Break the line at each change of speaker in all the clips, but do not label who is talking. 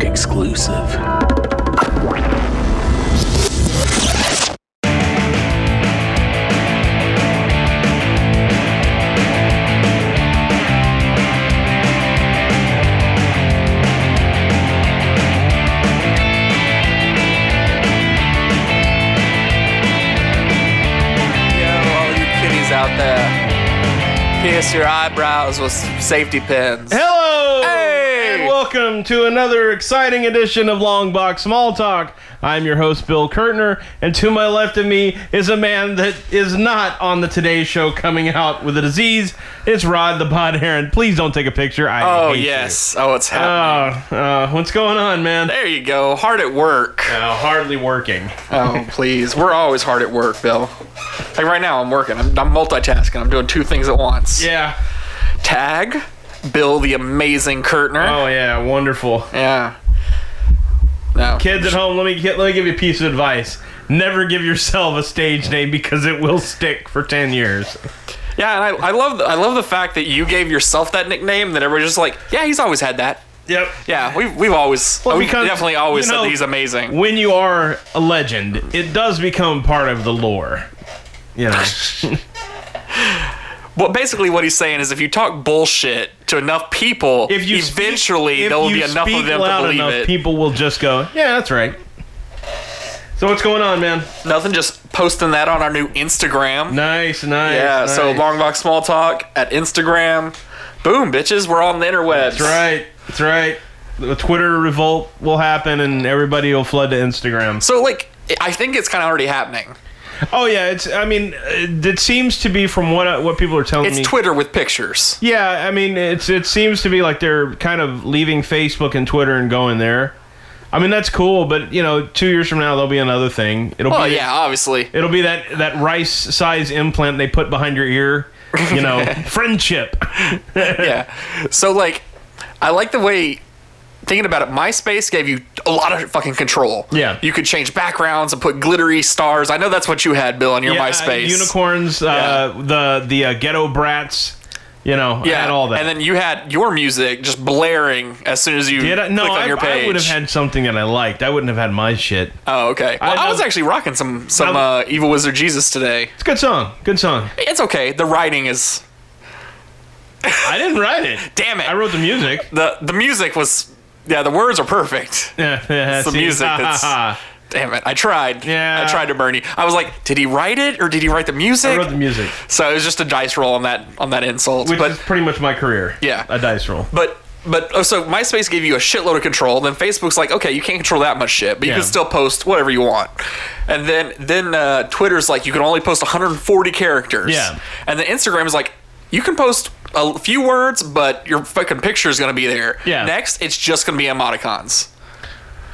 E exclusive.
Yo, all you kitties out there. Pierce your eyebrows with safety pins.
Hello!
Hey!
And welcome to another exciting edition of Long Box Small Talk. I'm your host, Bill Kurtner, and to my left of me is a man that is not on the Today Show coming out with a disease. It's Rod the Pod Heron. Please don't take a picture. I
Oh
hate
yes. Oh, it's
you.
happening.
Uh, uh, what's going on, man?
there you go. Hard at work.
Uh, hardly working.
Oh please. We're always hard at work, Bill. Like right now, I'm working. I'm, I'm multitasking. I'm doing two things at once.
Yeah.
Tag, Bill the amazing Kurtner.
Oh yeah. Wonderful.
Yeah. No.
Kids at home, let me get, let me give you a piece of advice. Never give yourself a stage name because it will stick for ten years.
Yeah, and I, I love the, I love the fact that you gave yourself that nickname. That everybody's just like, yeah, he's always had that.
Yep.
Yeah, we've we've always
Well,
we've
because,
definitely always
you
said
know,
that he's amazing.
when you are a legend, it does become part of the lore. You know,
Well, basically, what he's saying is, if you talk bullshit to enough people,
if you speak-
eventually
if
there will
you
be enough
speak
of them to
loud
believe
enough,
it.
People will just go, yeah, that's right. So what's going on, man?
Nothing, just posting that on our new Instagram.
Nice, nice.
yeah,
nice.
so long box small talk at Instagram. Boom, bitches, we're on the interwebs.
That's right. That's right. The Twitter revolt will happen, and everybody will flood to Instagram.
So, like, I think it's kind of already happening.
Oh yeah, it's. I mean, it it seems to be from what I- what people are telling
It's
me.
Twitter with pictures.
Yeah, I mean, it's it seems to be like they're kind of leaving Facebook and Twitter and going there. I mean, that's cool, but you know, two years from now there'll be another thing. It'll
Oh
be
yeah, obviously.
it'll be that that rice size implant they put behind your ear. You know, friendship.
yeah. So like, I like the way. Thinking about it, MySpace gave you a lot of fucking control.
Yeah.
You could change backgrounds and put glittery stars. I know that's what you had, Bill, on your
Yeah, uh,
MySpace.
unicorns, uh, the the uh, ghetto brats. You know, I
Yeah.
had all that.
And then you had your music just blaring as soon as you
Did I-
clicked
no,
on
I,
your page.
I would have had something that I liked. I wouldn't have had my shit.
oh, okay. Well,
I
I, was
know-
actually rocking some some
I-
uh, Evil Wizard Jesus today.
It's a good song. Good song.
It's okay. The writing is.
I didn't write it.
Damn it.
I wrote the music.
the the music was. Yeah, the words are perfect.
Yeah, yeah,
the
see?
music
Ha, ha,
that's-
ha.
Damn it. I tried.
Yeah.
I tried to Bernie. I was like, did he write it or did he write the music?
I wrote the music,
So it was just a dice roll on that on that insult.
which
but
is pretty much my career.
Yeah.
a dice roll.
but but oh, so MySpace gave you a shitload of control. Then Facebook's like, okay, you can't control that much shit, but you
Yeah.
can still post whatever you want. And then then uh, Twitter's like, you can only post 140 characters.
Yeah.
And then Instagram is like, you can post a few words, but your fucking picture is gonna be there.
Yeah.
Next, it's just gonna be emoticons.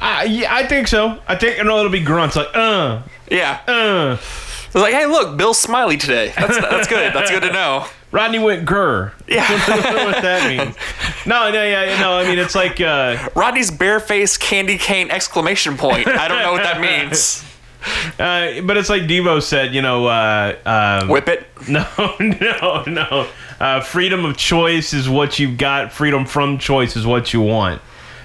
I, yeah, I think so. I think I know it'll be grunts like uh
Yeah.
uh.
It's like, hey, look, Bill Smiley today. That's that's good. That's good to know.
Rodney went grr. Yeah, I don't know what that means. No, no, yeah, no. I mean, it's like uh,
Rodney's barefaced candy cane exclamation point. I don't know what that means.
uh, but it's like Devo said, you know, uh, uh,
Whip it.
no, no, no. Uh, freedom of choice is what you've got. Freedom from choice is what you want.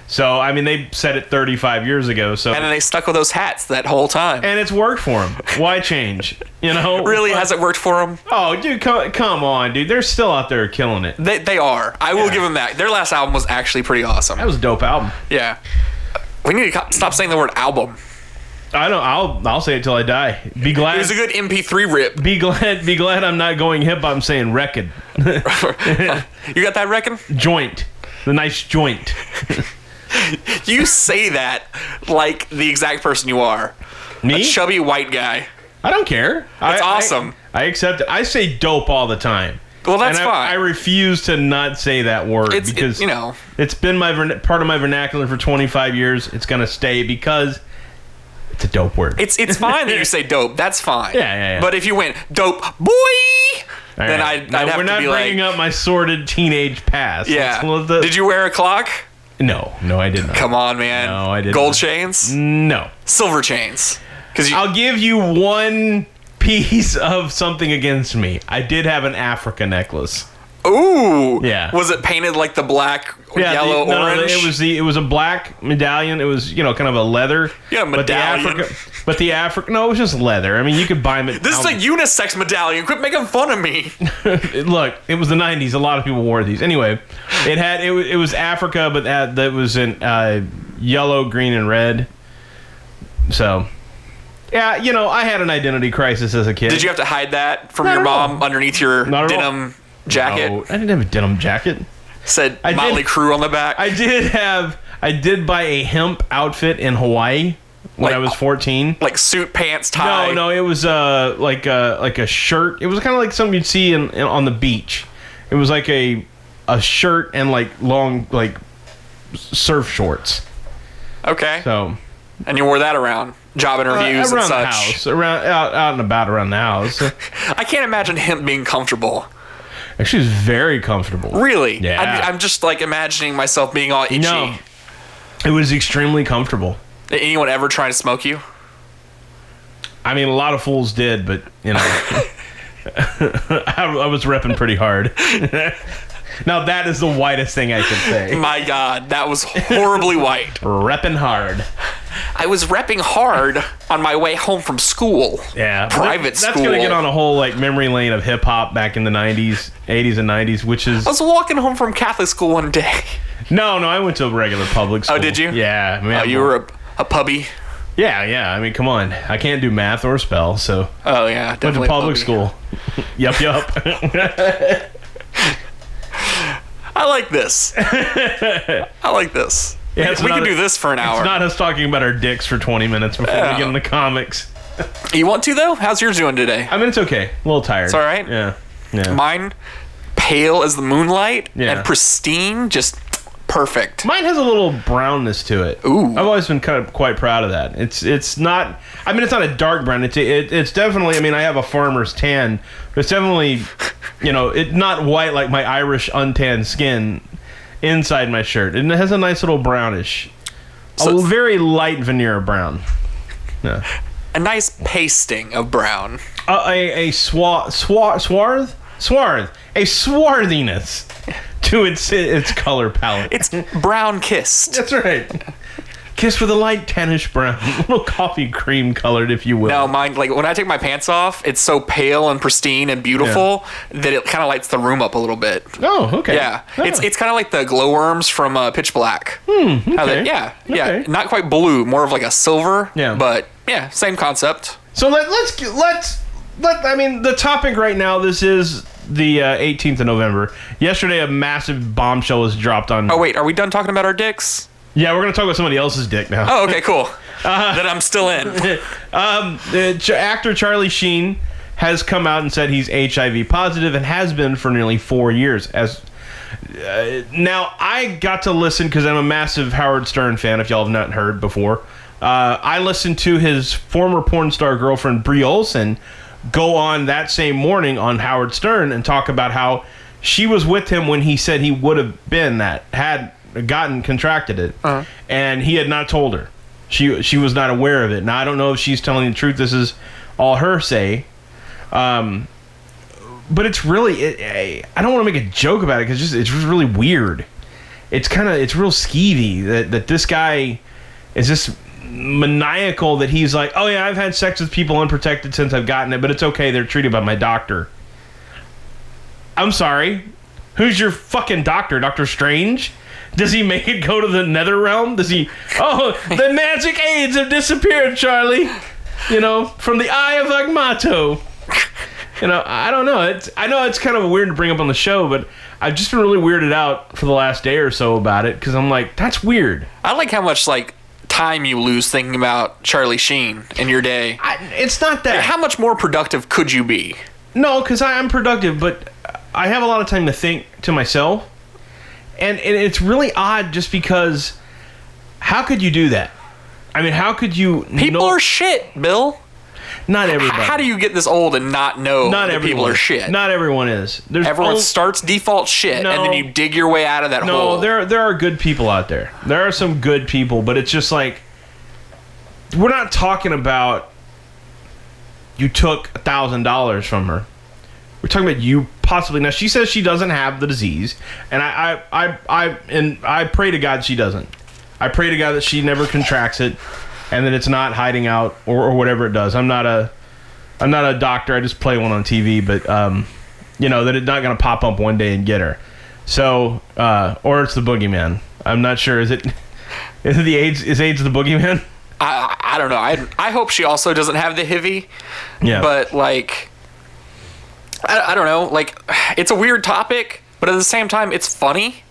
So, I mean, they said it 35 years ago. So,
And then they stuck with those hats that whole time.
and it's worked for him. Why change? You know,
really hasn't worked for them.
Oh, dude, come, come on, dude. They're still out there killing it.
They, they are. I will give them that. Their last album was actually pretty awesome.
That was a dope album.
Yeah. We need to co- stop saying the word album.
I don't. I'll I'll say it till I die. Be
It
glad.
was a good MP3 rip.
be glad. Be glad I'm not going hip. I'm saying record
You got that, reckon?
joint. The nice joint.
You say that like the exact person you are.
Me?
Chubby white guy.
I don't care.
That's
I, I-
awesome.
I, accept it. I say dope all the time.
Well, that's
And I,
fine.
I refuse to not say that word
It's- it-
because
you know.
it's been my verna- part of my vernacular for 25 years. It's gonna stay because it's a dope word.
It's it's fine that you say dope. That's fine.
Yeah, yeah, yeah.
But if you went dope boy,
All
then
right.
I'd,
No,
I'd have
we're
to
not
be like,
bringing up my sordid teenage past.
yeah.
Let's let the-
Did you wear a clock?
No, no, I did not.
Come on, man.
No, I didn't. Mm.
Gold chains,
No,
silver chains. Because you
I'll give you one piece of something against me. I did have an Africa necklace.
Ooh.
Yeah.
Was it painted like the black,
the-
yellow,
no, no,
orange?
it was the it was a black medallion. It was you know kind of a leather.
Yeah,
But the
medallion.
Africa, but the Africa, no, it was just leather. I mean, you could buy it.
this is a unisex medallion. Quit making fun of me.
look. It was the '90s. A lot of people wore these. Anyway, it had it, wa- it was Africa, but that that was in uh, yellow, green, and red. So, yeah, you know, I had an identity crisis as a kid.
Did you have to hide that from
Not
your
at all.
mom underneath your
Not at all.
denim jacket?
No, I didn't have a denim jacket.
Said
I did-
Motley Crue on the back.
I did have. I did buy a hemp outfit in Hawaii when
Like-
I was 14.
like suit, pants, tie.
No, no, it was uh like uh like a shirt. It was kind of like something you'd see in, in on the beach. It was like a a shirt and like long like surf shorts.
Okay.
So
and you wore that around job
uh,
interviews and
around the
such.
house, around out out and about around the house.
I can't imagine him being comfortable.
Actually, it's very comfortable.
Really?
Yeah.
I'd- I'm just like imagining myself being all itchy.
No, it was extremely comfortable.
Did anyone ever try to smoke you?
I mean, a lot of fools did, but you know, I, I was repping pretty hard. now that is the whitest thing I can say.
My God, that was horribly white.
Repping hard.
I was repping hard on my way home from school.
Yeah, but
Private
that-
school.
That's gonna get on a whole like memory lane of hip hop back in the '90s, '80s, and '90s, which is
I was walking home from Catholic school one day.
no, no. I went to a regular public school.
Oh, did you?
Yeah, man.
Oh, you were a, a pubby.
Yeah, yeah. I mean, come on. I can't do math or spell, so
Oh yeah,
went
definitely
to
a
public
pubby.
school. yup, yup.
I like this. I like this.
Yeah,
we
it's
we
not
can
a-
do this for an hour.
it's not us talking about our dicks for 20 minutes before
Yeah.
we get into comics.
you want to though? How's yours doing today?
I mean, it's okay. A little tired. It's
all right?
Yeah. Yeah.
Mine, pale as the moonlight
Yeah.
and pristine, just perfect.
Mine has a little brownness to it.
Ooh.
I've always been kind of quite proud of that. It's it's not. I mean, it's not a dark brown. It's it, it's definitely. I mean, I have a farmer's tan, but it's definitely, you know, it not white like my Irish untanned skin inside my shirt, and it has a nice little brownish,
So-
a very light veneer of brown. Yeah.
A nice pasting of brown.
A a, a swa, swa, swarth swarth a swarthiness to its its color palette.
It's brown kissed.
That's right. Kiss with a light tannish brown, a little coffee cream colored, if you will.
No, mine like when I take my pants off, it's so pale and pristine and beautiful that it kind of lights the room up a little bit.
Oh, okay.
Yeah,
Ah.
it's it's kind of like the glowworms from uh, Pitch Black. How they-
okay.
yeah, yeah,
Okay.
not quite blue, more of like a silver.
Yeah.
but yeah, same concept.
so let, let's get- let's let. I mean, the topic right now. This is the uh, 18th of November. Yesterday, a massive bombshell was dropped on.
Oh wait, are we done talking about our dicks?
Yeah, we're gonna talk about somebody else's dick now.
Oh, okay, cool.
Uh-huh.
that I'm still in.
um, the ch- actor Charlie Sheen has come out and said he's HIV positive and has been for nearly four years. As uh, now, I got to listen because I'm a massive Howard Stern fan. If y'all have not heard before, uh, I listened to his former porn star girlfriend Brie Olson go on that same morning on Howard Stern and talk about how she was with him when he said he would have been that had gotten contracted it, and he had not told her. She she was not aware of it. Now I don't know if she's telling the truth. This is all her say. Um, but it's really it, I don't want to make a joke about it because just it's just really weird. It's kind of it's real skeevy that that this guy is just maniacal that he's like, oh yeah, I've had sex with people unprotected since I've gotten it, but it's okay. They're treated by my doctor. I'm sorry. Who's your fucking doctor, Doctor Strange? Does he make it go to the nether realm? Does he? Oh, the magic aids have disappeared, Charlie. You know, from the eye of Agmato. You know, I don't know. It's I know it's kind of weird to bring up on the show, but I've just been really weirded out for the last day or so about it because I'm like, that's weird.
I like how much like time you lose thinking about Charlie Sheen in your day.
I, it's not that.
How much more productive could you be?
No, because I'm productive, but I have a lot of time to think to myself, and, and it's really odd just because how could you do that? I mean, how could you?
People
no-
are shit, Bill.
not
H-
everybody.
How do you get this old and not know
Not
that
everyone.
people are shit?
Not everyone is. There's
Everyone
only-
starts default shit, and then
No.
you dig your way out of that hole.
No, there there are good people out there. There are some good people, but it's just like we're not talking about you took a thousand dollars from her. We're talking about you possibly. Now she says she doesn't have the disease, and I, I, I, I and I pray to God she doesn't. I pray to God that she never contracts it, and that it's not hiding out or, or whatever it does. I'm not a, I'm not a doctor. I just play one on TV, but um, you know that it's not going to pop up one day and get her. So, uh, or it's the boogeyman. I'm not sure. Is it? Is it the AIDS? Is AIDS the boogeyman?
I, I don't know. I, I hope she also doesn't have the HIV.
Yeah.
But like, I, I don't know. Like, it's a weird topic, but at the same time, it's funny.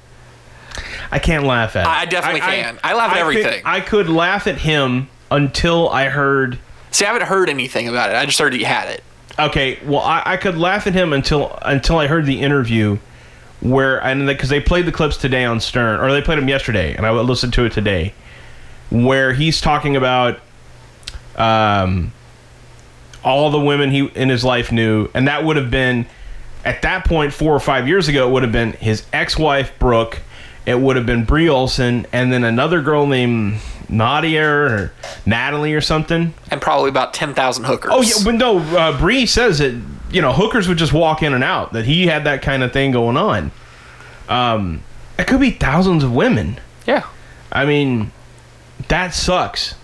I can't laugh at. it.
I definitely can. I laugh at
could-
everything.
I could laugh at him until I heard.
See, I haven't heard anything about it. I just heard he had it.
Okay, well, I, I could laugh at him until until I heard the interview where and because they played the clips today on Stern or they played them yesterday, and I listened to it today, where he's talking about um, all the women he in his life knew, and that would have been at that point four or five years ago. It would have been his ex-wife Brooke. It would have been Brie Olson, and then another girl named Nadia or Natalie or something.
And probably about 10,000 hookers.
Oh yeah, but no, uh, Bree says that you know hookers would just walk in and out. That he had that kind of thing going on. Um, it could be thousands of women.
yeah.
I mean, that sucks.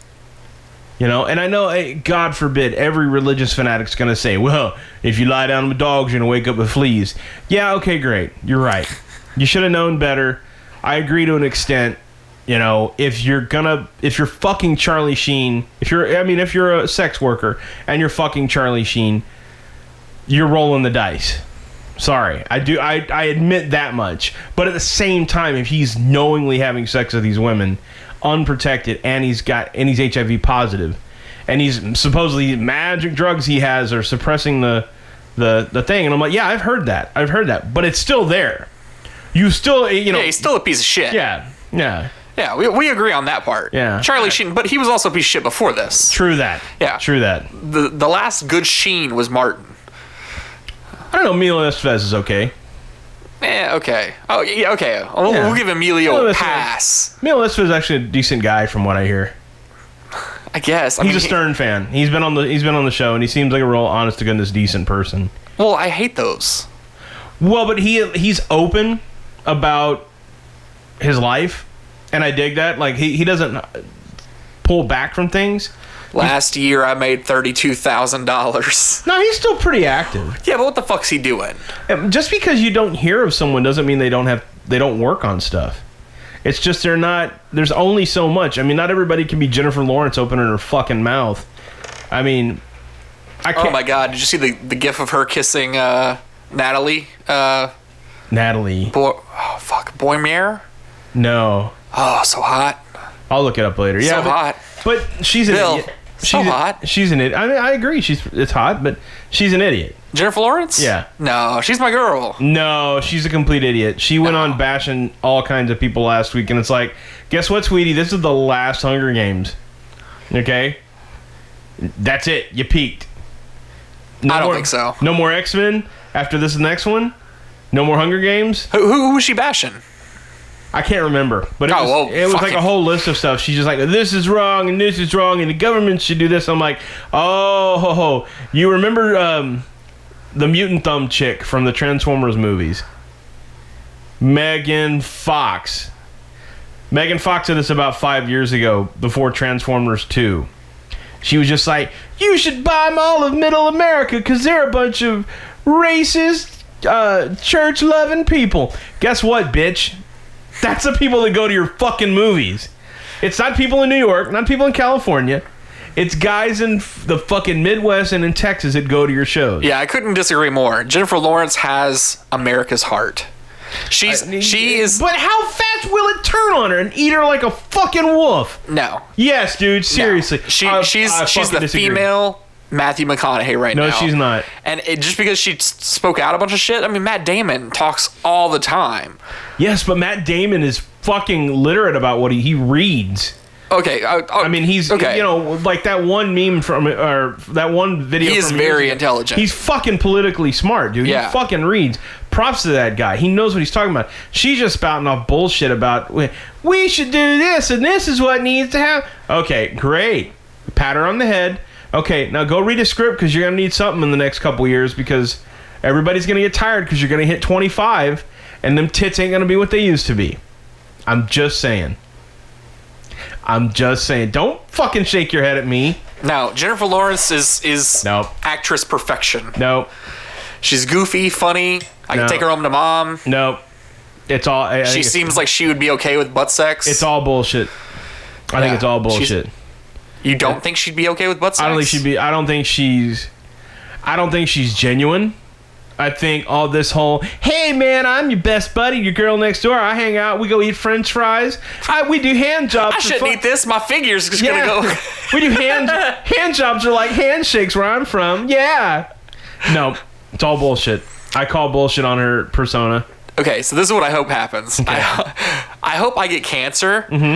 You know, and I know, eh, God forbid, every religious fanatic's going to say, well, if you lie down with dogs, you're going to wake up with fleas. Yeah, okay, great. You're right. You should have known better. I agree to an extent. You know, if you're going to, if you're fucking Charlie Sheen, if you're, I mean, if you're a sex worker and you're fucking Charlie Sheen, you're rolling the dice. Sorry, I do. I, I admit that much. But at the same time, if he's knowingly having sex with these women, unprotected, and he's got and he's HIV positive, and he's supposedly magic drugs he has are suppressing the the the thing, and I'm like, yeah, I've heard that. I've heard that. But it's still there. You still, eh, you know,
Yeah, he's still a piece of shit.
yeah, yeah.
Yeah, we, we agree on that part.
Yeah.
Charlie Sheen, but he was also a piece of shit before this.
True that.
Yeah.
True that.
The, the last good Sheen was Martin.
I don't know. Milo Estevez is okay.
Eh, okay. Oh, yeah, okay. We'll,
Yeah.
we'll give
Oh,
Emilio a
that's
pass.
Milo Estevez is actually a decent guy, from what I hear.
I guess. I
He's
mean,
a
he-
Stern fan. He's been on the he's been on the show, and he seems like a real honest to goodness decent person.
Well, I hate those.
Well, but he he's open about his life, and I dig that. Like he, he doesn't pull back from things.
Last year, I made thirty-two thousand dollars.
No, he's still pretty active.
Yeah, but what the fuck's he doing?
Um, Just because you don't hear of someone doesn't mean they don't have they don't work on stuff. It's just they're not. There's only so much. I mean, not everybody can be Jennifer Lawrence opening her fucking mouth. I mean, I can't.
Oh my god! Did you see the the gif of her kissing uh, Natalie? Uh,
Natalie,
Boy, oh fuck, Boymer.
no.
Oh, so hot.
I'll look it up later. Yeah, but-
hot.
But she's an
Bill,
idiot.
so
She's
hot.
She's an idiot. I mean, I agree. She's it's hot, but she's an idiot.
Jennifer Lawrence?
Yeah.
No, she's my girl.
No, she's a complete idiot. She went on bashing all kinds of people last week, and it's like, guess what, sweetie? This is the last Hunger Games. Okay, that's it. You peaked. No
I don't
more-
think so.
No more X Men after this next one. No more Hunger Games.
Who, who, who was she bashing?
I can't remember, but it
Oh,
was,
well,
it was
fuck
like
it.
a whole list of stuff. She's just like, "This is wrong, and this is wrong, and the government should do this." I'm like, "Oh, ho, ho. you remember um, the mutant thumb chick from the Transformers movies, Megan Fox? Megan Fox did this about five years ago, before Transformers Two. She was just like, "You should bomb all of Middle America because they're a bunch of racist, uh, church-loving people." Guess what, bitch? That's the people that go to your fucking movies. It's not people in New York, not people in California. It's guys in f- the fucking Midwest and in Texas that go to your shows.
Yeah, I couldn't disagree more. Jennifer Lawrence has America's heart. She's she is
But how fast will it turn on her and eat her like a fucking wolf?
no.
Yes, dude. Seriously.
No. She
I-
she's
I
she's
fucking
the
disagree.
female Matthew McConaughey right
No,
now.
she's not.
And it, just because she s- spoke out a bunch of shit, I mean Matt Damon talks all the time.
Yes, but Matt Damon is fucking literate about what he, he reads.
Okay, I,
I mean, he's
okay.
you know like that one meme from or that one video.
He is
from
very
years ago.
intelligent.
He's fucking politically smart, dude.
Yeah.
He fucking reads. Props to that guy. He knows what he's talking about. She's just spouting off bullshit about we- we should do this and this is what needs to happen. Okay, great. Pat her on the head. Okay, now go read a script because you're gonna need something in the next couple years because Everybody's gonna get tired because you're gonna hit 25, and them tits ain't gonna be what they used to be. I'm just saying. I'm just saying. Don't fucking shake your head at me.
Now, Jennifer Lawrence is is
Nope.
actress perfection.
No,
She's goofy, funny. I
No.
can take her home to mom.
no. It's all. I, I
She
think it's,
seems like she would be okay with butt sex.
it's all bullshit. I think
Yeah,
it's all
she's-
bullshit.
you don't think she'd be okay with butt sex?
I don't think she'd be. I don't think she's. I don't think she's genuine. I think all this whole "Hey man, I'm your best buddy, your girl next door. I hang out. We go eat French fries. I we do hand jobs.
I shouldn't eat this. My figure's just gonna go.
we do hand hand jobs are like handshakes where I'm from. Yeah. No, it's all bullshit. I call bullshit on her persona.
Okay, so this is what I hope happens. I, I hope I get cancer, and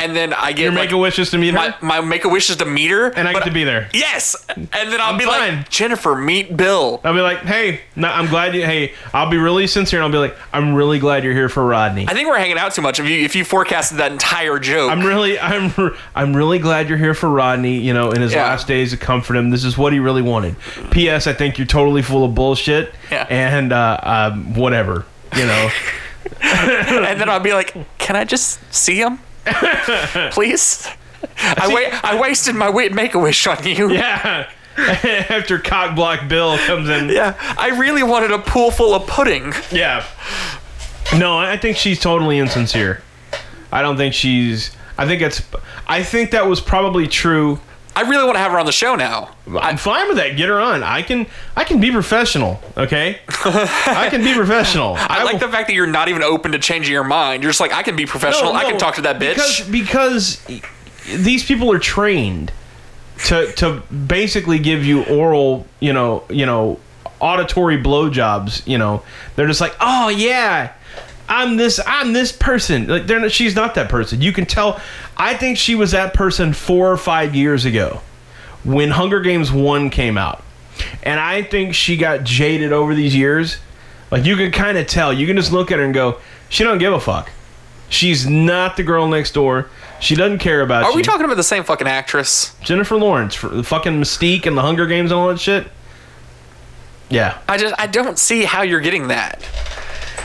then I get like,
Your Mm-hmm. make a wishes to meet her,
my, my make a wish is to meet her,
and I get
but-
to be there.
Yes, and then I'll
I'm
be
fine.
like Jennifer, meet Bill.
I'll be like, hey, no, I'm glad you. Hey, I'll be really sincere, and I'll be like, I'm really glad you're here for Rodney.
I think we're hanging out too much. If you if you forecasted that entire joke,
I'm really, I'm, I'm really glad you're here for Rodney. You know, in his
Yeah.
last days to comfort him. This is what he really wanted. P.S. I think you're totally full of bullshit.
Yeah.
And uh, um, whatever. You know.
and then I'll be like, can I just see him, please? I wa- I wasted my wit make a wish on you.
yeah. After cockblock Bill comes in.
Yeah, I really wanted a pool full of pudding.
Yeah. No, I think she's totally insincere. I don't think she's. I think it's. I think that was probably true.
I really want to have her on the show now.
I'm fine with that. Get her on. I can. I can be professional. Okay. I can be professional.
I,
will-
like the fact that you're not even open to changing your mind. You're just like, I can be professional. I can talk to that bitch.
Because, because these people are trained to to basically give you oral, you know, you know, auditory blowjobs. You know, they're just like, oh yeah, I'm this, I'm this person. Like they're not, she's not that person. You can tell. I think she was that person four or five years ago when Hunger Games 1 came out. And I think she got jaded over these years. Like you could kind of tell. You can just look at her and go, she don't give a fuck. She's not the girl next door. She doesn't care about
Are
you.
we talking about the same fucking actress?
Jennifer Lawrence for the fucking Mystique and the Hunger Games and all that shit? Yeah.
I just I don't see how you're getting that.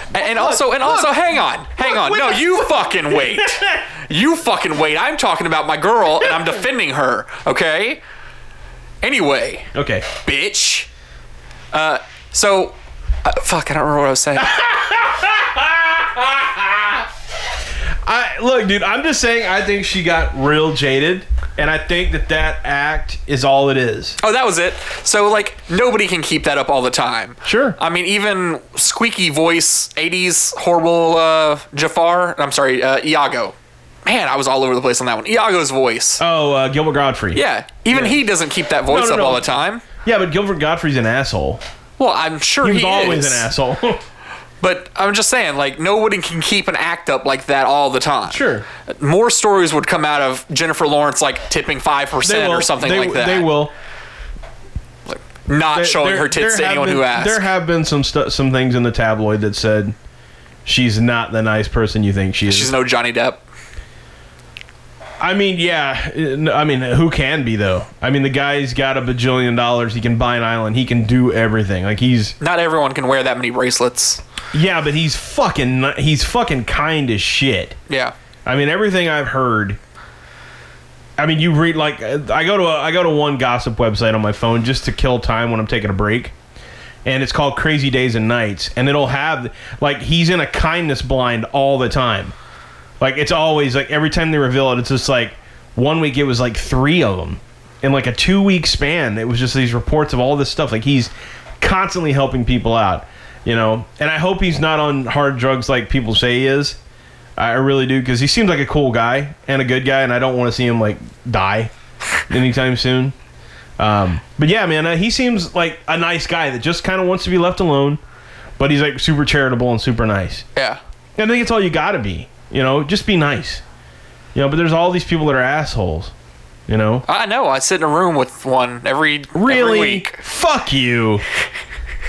And, and also and also hang on. Hang on.
wait
No,
a-
you fucking wait. You fucking wait. I'm talking about my girl and I'm defending her, okay? Anyway,
Okay.
bitch. Uh so uh, fuck, I don't remember what I was saying.
I look, dude. I'm just saying. I think she got real jaded, and I think that that act is all it is.
Oh, that was it. So like nobody can keep that up all the time.
Sure.
I mean, even squeaky voice '80s horrible uh, Jafar. I'm sorry, uh, Iago. Man, I was all over the place on that one. Iago's voice.
Oh, uh, Gilbert Godfrey.
yeah, even he doesn't keep that voice
No, no,
up
no.
all the time.
Yeah, but Gilbert Godfrey's an asshole.
Well, I'm sure
He
he,
was always
is,
an asshole.
But I'm just saying, like nobody can keep an act up like that all the time.
Sure.
More stories would come out of Jennifer Lawrence like tipping five percent or something
they,
like that.
They will.
not
There-
showing
there-
her tits
there
to
have
anyone
been-
who asks.
There have been some stu- some things in the tabloid that said she's not the nice person you think she is.
She's no Johnny Depp.
I mean, yeah. n- I mean, who can be though? I mean, the guy's got a bajillion dollars. He can buy an island. He can do everything. Like he's
Not everyone can wear that many bracelets.
yeah, but he's fucking ni- he's fucking kind as shit.
Yeah.
I mean, everything I've heard. I mean, you read like uh, I go to a, I go to one gossip website on my phone just to kill time when I'm taking a break, and it's called Crazy Days and Nights, and it'll have like he's in a kindness blind all the time. Like it's always like every time they reveal it, it's just like one week it was like three of them in like a two week span. It was just these reports of all this stuff. Like he's constantly helping people out, you know. And I hope he's not on hard drugs like people say he is. I I really do because he seems like a cool guy and a good guy, and I don't want to see him like die anytime soon. Um, but yeah, man, uh, he seems like a nice guy that just kind of wants to be left alone, but he's like super charitable and super nice.
Yeah.
I think it's all you gotta be. You know, just be nice. You know, but there's all these people that are assholes. You know,
I know. I sit in a room with one every every
really,
week.
fuck you,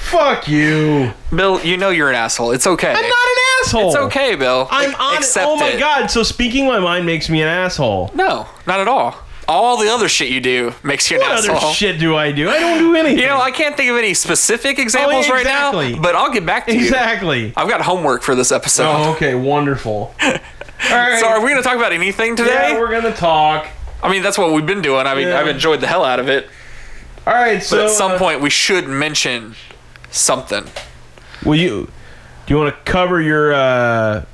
fuck you.
Bill, you know you're an asshole. It's okay.
I'm not an asshole.
It's okay, Bill.
I'm
A-
on.
Accept
oh my
it.
god! So speaking my mind makes me an asshole.
No, not at all. All the other shit you do makes you an
What
asshole.
other shit do I do? I don't do anything.
You know, I can't think of any specific examples right
exactly.
now, but I'll get back to you.
exactly.
I've got homework for this episode.
Oh, okay, wonderful. All right.
So, are we going to talk about anything today?
yeah, we're gonna talk.
I mean, that's what we've been doing. I mean,
Yeah.
I've enjoyed the hell out of it.
All right.
But
So
at some
uh,
point, we should mention something.
will you? Do you want to cover your? Uh,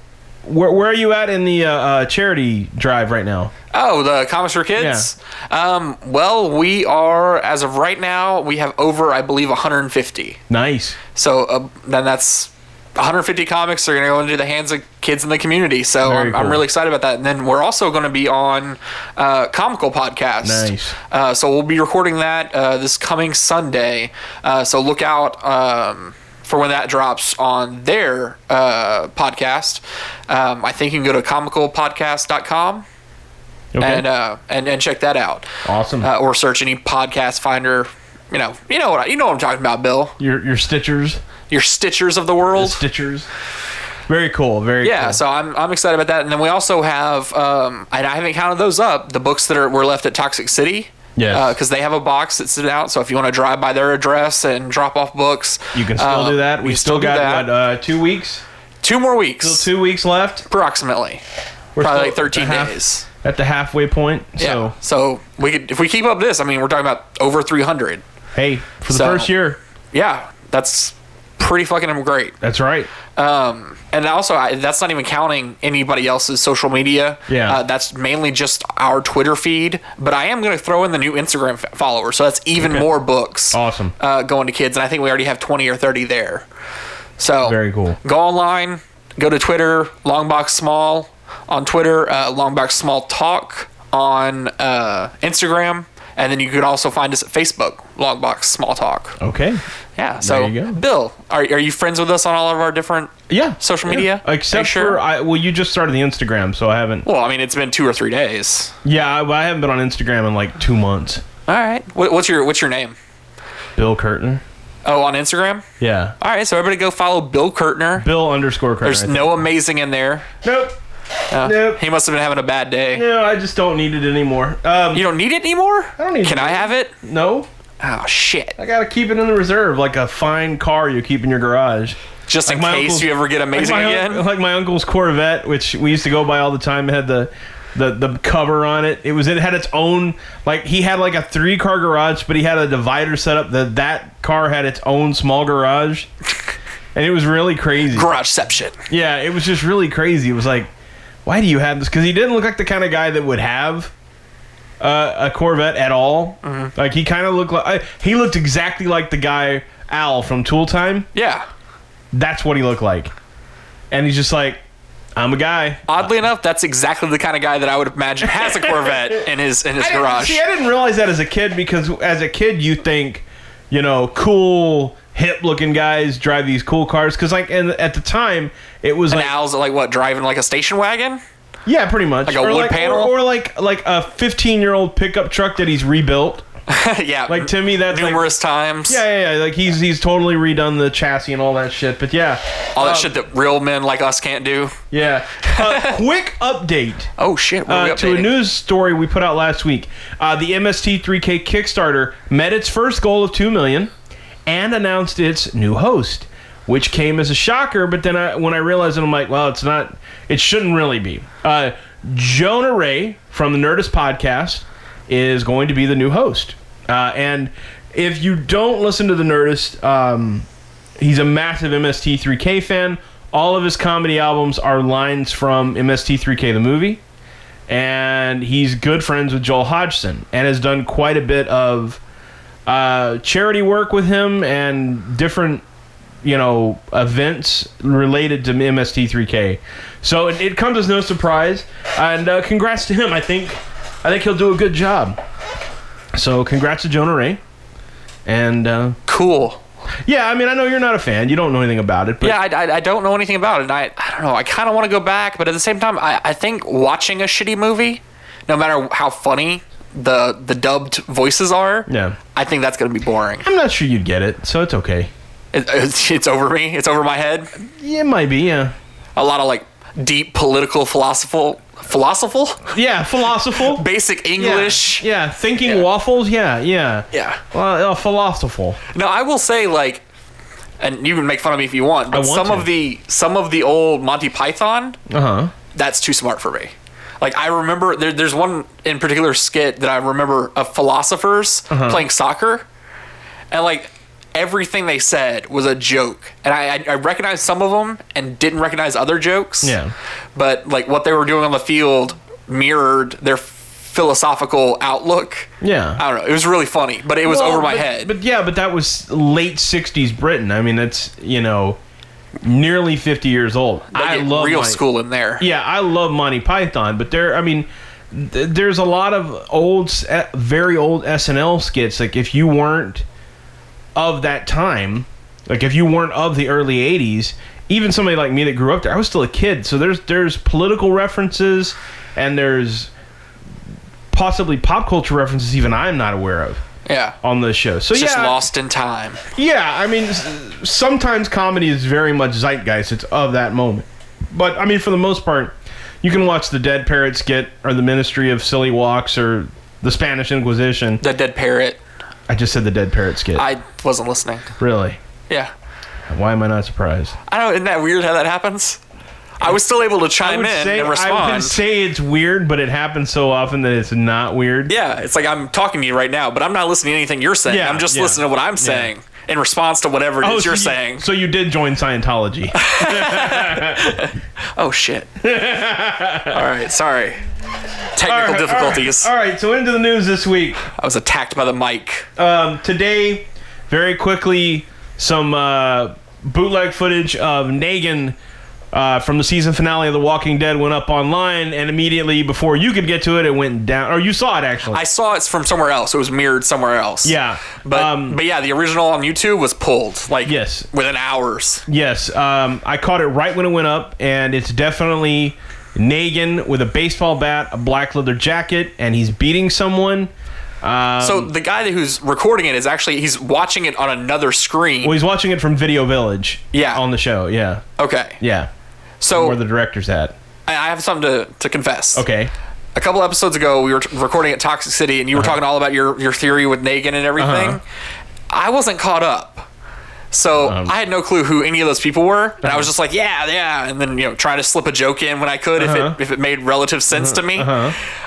where, where are you at in the uh, uh, charity drive right now?
Oh, the comics for kids. Um, well, we are as of right now, we have over, I believe, 150.
Nice.
So uh, then that's 150 comics are going to go into the hands of kids in the community. So
Very
I'm, I'm
cool.
really excited about that. And then we're also going to be on uh, Comical Podcast.
Nice.
Uh, so we'll be recording that uh, this coming Sunday. Uh, so look out um, for when that drops on their uh, podcast. Um, I think you can go to comicalpodcast.com
Okay.
and, uh, and and check that out.
awesome.
Uh, or search any podcast finder. You know, you know what I, you know what I'm talking about, Bill.
your your stitchers.
Your Stitchers of the world.
Stitchers. Very cool. Very
Yeah,
Cool.
so I'm, I'm excited about that. And then we also have, um, and I haven't counted those up, the books that are were left at Toxic City.
Yes.
Because they have a box that's sitting out. So if you want to drive by their address and drop off books,
you can still
um,
do that.
you
We
can
still,
do
got
that.
what, uh, two weeks.
two more weeks,
Still two weeks left.
approximately.
We're
Probably like
still at the
13
half-
days.
At the halfway point.
Yeah.
So
So we could, if we keep up this, I mean, we're talking about over 300.
hey, for the
So-
first year.
Yeah, that's pretty fucking great.
That's right.
Um, and also, I, that's not even counting anybody else's social media.
Yeah.
Uh, that's mainly just our Twitter feed. But I am going to throw in the new Instagram f- follower. So that's even more books.
Awesome.
Uh, going to kids. And I think we already have 20 or 30 there. So
Very cool.
go online, go to Twitter, Longbox Small on Twitter, uh, Longbox Small Talk on uh, Instagram. And then you can also find us at Facebook, Longbox Small Talk.
Okay.
Yeah. So,
you go.
Bill, are, are you friends with us on all of our different
Yeah.
Social
yeah.
media? Are you
Except
sure?
for I well, you just started the Instagram, so I haven't.
Well, I mean, it's been two or three days.
Yeah, I, I haven't been on Instagram in like two months.
All right. What, what's your What's your name?
Bill Curtin.
Oh, on Instagram.
Yeah.
All right. So everybody go follow Bill Kurtner.
Bill underscore Curtin.
There's
I think.
no amazing in there.
Nope.
Uh,
Nope.
He must have been having a bad day.
No, I just don't need it anymore. Um,
You don't need it anymore. I
don't need
Can
it.
I have it?
no,
Oh shit!
I gotta keep it in the reserve, like a fine car you keep in your garage.
Just in
my
case
uncle's-
you ever get amazing
like my,
again.
like my uncle's Corvette, which we used to go by all the time, had the the, the cover on it. It was it had its own like he had like a three car garage, but he had a divider set up that that car had its own small garage, and it was really crazy.
Garageception.
Yeah, it was just really crazy. It was like, why do you have this? Because he didn't look like the kind of guy that would have uh, a Corvette at all.
Mm-hmm.
Like he kind of looked like I, he looked exactly like the guy Al from Tool Time.
Yeah.
That's what he looked like, and he's just like, I'm a guy.
Oddly enough, that's exactly the kind of guy that I would imagine has a Corvette in his in his
I didn't-
garage.
See, I didn't realize that as a kid because as a kid you think, you know, cool hip looking guys drive these cool cars because like and at the time it was like
Now's like what driving like a station wagon.
Yeah, pretty much. Like
a wood
like,
panel?
or, or like like a 15 year old pickup truck that he's rebuilt.
yeah.
Like to me, that's like,
numerous times.
yeah, yeah, yeah. Like he's he's totally redone the chassis and all that shit. But yeah, um,
All that shit that real men like us can't do.
yeah. Uh, quick update.
Oh shit! What are we
Uh, to a
updating?
news story we put out last week. Uh, the MST3K Kickstarter met its first goal of two million, and announced its new host, which came as a shocker. But then I, when I realized it, I'm like, well, it's not. It shouldn't really be. Uh, Jonah Ray from the Nerdist podcast is going to be the new host, uh, and if you don't listen to the Nerdist. Um, He's a massive MST3K fan. All of his comedy albums are lines from MST3K the movie. And he's good friends with Joel Hodgson and has done quite a bit of uh, charity work with him and different, you know, events related to MST3K. So it, it comes as no surprise. And uh, congrats to him. I think I think he'll do a good job. So congrats to Jonah Ray. And uh,
cool.
yeah, I mean, I know you're not a fan. You don't know anything about it, but
Yeah, I, I, I don't know anything about it. And I, I don't know. I kind of want to go back, but at the same time, I, I think watching a shitty movie, no matter how funny the the dubbed voices are,
Yeah.
I think that's gonna be boring.
I'm not sure you'd get it, so it's okay.
It, it's, it's over me. It's over my head.
Yeah, it might be. Yeah,
A lot of like deep political philosophical philosophical
Yeah, philosophical.
basic
Yeah,
English.
Yeah, thinking
Yeah.
waffles. Yeah, yeah.
Yeah.
Well, uh, philosophical.
No, I will say like, and you can make fun of me if you want, but
want
some
to.
of the some of the old Monty Python
Uh huh.
that's too smart for me. Like I remember there, there's one in particular skit that I remember of philosophers
Uh-huh.
playing soccer, and like everything they said was a joke, and I, I I recognized some of them and didn't recognize other jokes.
Yeah.
but like what they were doing on the field mirrored their philosophical outlook.
Yeah.
I don't know. It was really funny, but it was
Well,
over my
but-
head.
But yeah, but that was late '60s Britain. I mean, that's you know, nearly 50 years old. I
They get
love
real
my-
school in there.
Yeah, I love Monty Python, but there, I mean, th- there's a lot of old, s- eh, very old SNL skits. Like if you weren't of that time, like if you weren't of the early '80s, even somebody like me that grew up there, I was still a kid. So there's there's political references, and there's possibly pop culture references even I'm not aware of
yeah.
on this show. So
It's
Oh, yeah,
just lost in time.
yeah, I mean, s- sometimes comedy is very much zeitgeist. It's of that moment. But I mean, for the most part, you can watch the Dead Parrot skit or the Ministry of Silly Walks or the Spanish Inquisition.
The dead parrot.
I just said the Dead Parrot skit.
I wasn't listening.
really?
Yeah.
Why am I not surprised?
I don't. Isn't that weird how that happens? I was still able to chime in
say,
and
I would
respond.
say it's weird, but it happens so often that it's not weird.
yeah, it's like I'm talking to you right now, but I'm not listening to anything you're saying.
Yeah,
I'm just
yeah,
listening to what I'm saying in response to whatever it is
Oh, so
you're
you-
saying.
So you did join Scientology.
Oh shit. all right. Sorry. Technical
All right,
difficulties.
All right, all right, so into the news this week.
I was attacked by the mic.
um, today, very quickly, some uh, bootleg footage of Negan uh, from the season finale of The Walking Dead went up online, and immediately before you could get to it, it went down. Or you saw it actually.
I saw it's from somewhere else. It was mirrored somewhere else.
Yeah.
But
Um,
but yeah, the original on YouTube was pulled like
Yes.
within hours.
yes, um, I caught it right when it went up, and it's definitely Negan with a baseball bat, a black leather jacket, and he's beating someone. Um,
So the guy that who's recording it is actually he's watching it on another screen.
well, he's watching it from Video Village.
Yeah. Oh.
On the show. Yeah.
okay.
Yeah.
So
Where the director's at.
I I have something to, to confess.
Okay.
A couple episodes ago, we were t- recording at Toxic City, and you were
Uh-huh.
talking all about your, your theory with Negan and everything. I wasn't caught up. So
Um,
I had no clue who any of those people were, and I was just like, "Yeah, yeah," and then you know, try to slip a joke in when I could
Uh-huh.
if it if it made relative sense to me.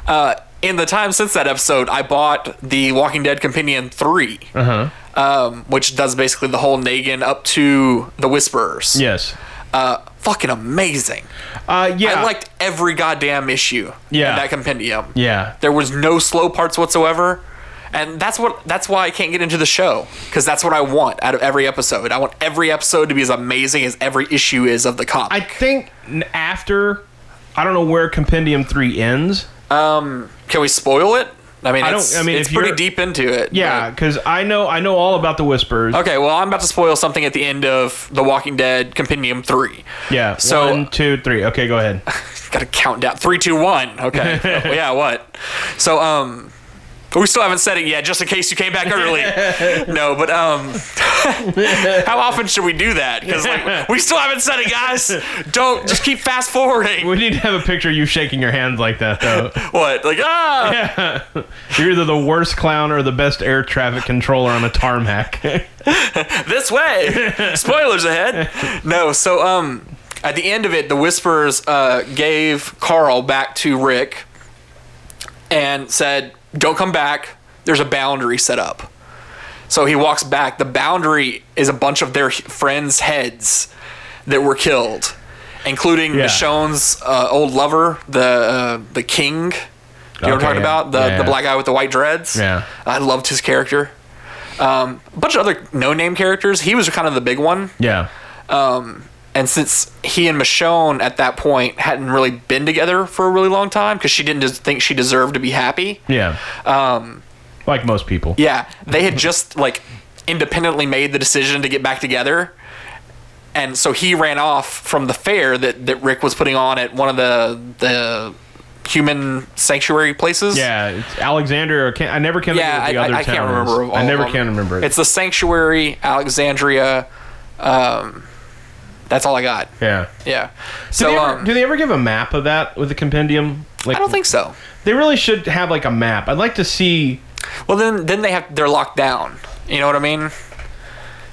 uh in the time since that episode, I bought the Walking Dead Companion 3
Uh-huh.
um, which does basically the whole Negan up to the Whisperers.
Yes.
uh, fucking amazing.
Uh, yeah.
I liked every goddamn issue
Yeah.
in that compendium.
Yeah.
There was no slow parts whatsoever. And that's what that's why I can't get into the show cuz that's what I want out of every episode. I want every episode to be as amazing as every issue is of the
I
comic.
think n- after I don't know where Compendium Three ends.
Can we spoil it? I mean,
I don't-
it's,
I mean,
it's
if
pretty
you're-
deep into it.
Yeah, because I know I know all about the Whispers.
but- okay, well, I'm about to spoil something at the end of The Walking Dead Compendium 3.
Yeah.
So-
one, two, three. Okay, go ahead.
Got to count down. Three, two, one. Okay. Well, yeah. What? So um, we still haven't said it yet, just in case you came back early. no, but um, how often should we do that? Because like we still haven't said it, guys. Don't just keep fast forwarding.
We need to have a picture of you shaking your hands like that, though.
What? Like ah.
You're either the worst clown or the best air traffic controller on a tarmac.
this way. Spoilers ahead. No, so um, at the end of it, the Whisperers uh, gave Carl back to Rick and said, "Don't come back. There's a boundary set up." So he walks back. The boundary is a bunch of their h- friends' heads that were killed, including
Yeah.
Michonne's uh, old lover, the uh, the king. You know what
Okay,
I'm talking
yeah.
about? The,
Yeah,
the
yeah.
black guy with the white dreads.
Yeah.
I loved his character. Um, a bunch of other no-name characters. He was kind of the big one,
yeah.
and since he and Michonne at that point hadn't really been together for a really long time because she didn't des- think she deserved to be happy.
Yeah. Um. Like most people.
Yeah, they had just like independently made the decision to get back together. And so he ran off from the fair that, that Rick was putting on at one of the the human sanctuary places.
Yeah, it's Alexander. Or can, I never can
Yeah,
remember what
I,
the other
I, I
town
can't
is.
remember. all
I never
of them.
can remember it.
It's the Sanctuary, Alexandria, um, That's all I got.
Yeah.
Yeah.
Do,
So
they ever,
um,
do they ever give a map of that with the compendium? Like,
I don't think so.
they really should have like a map. I'd like to see.
Well, then then they have they're locked down. You know what I mean?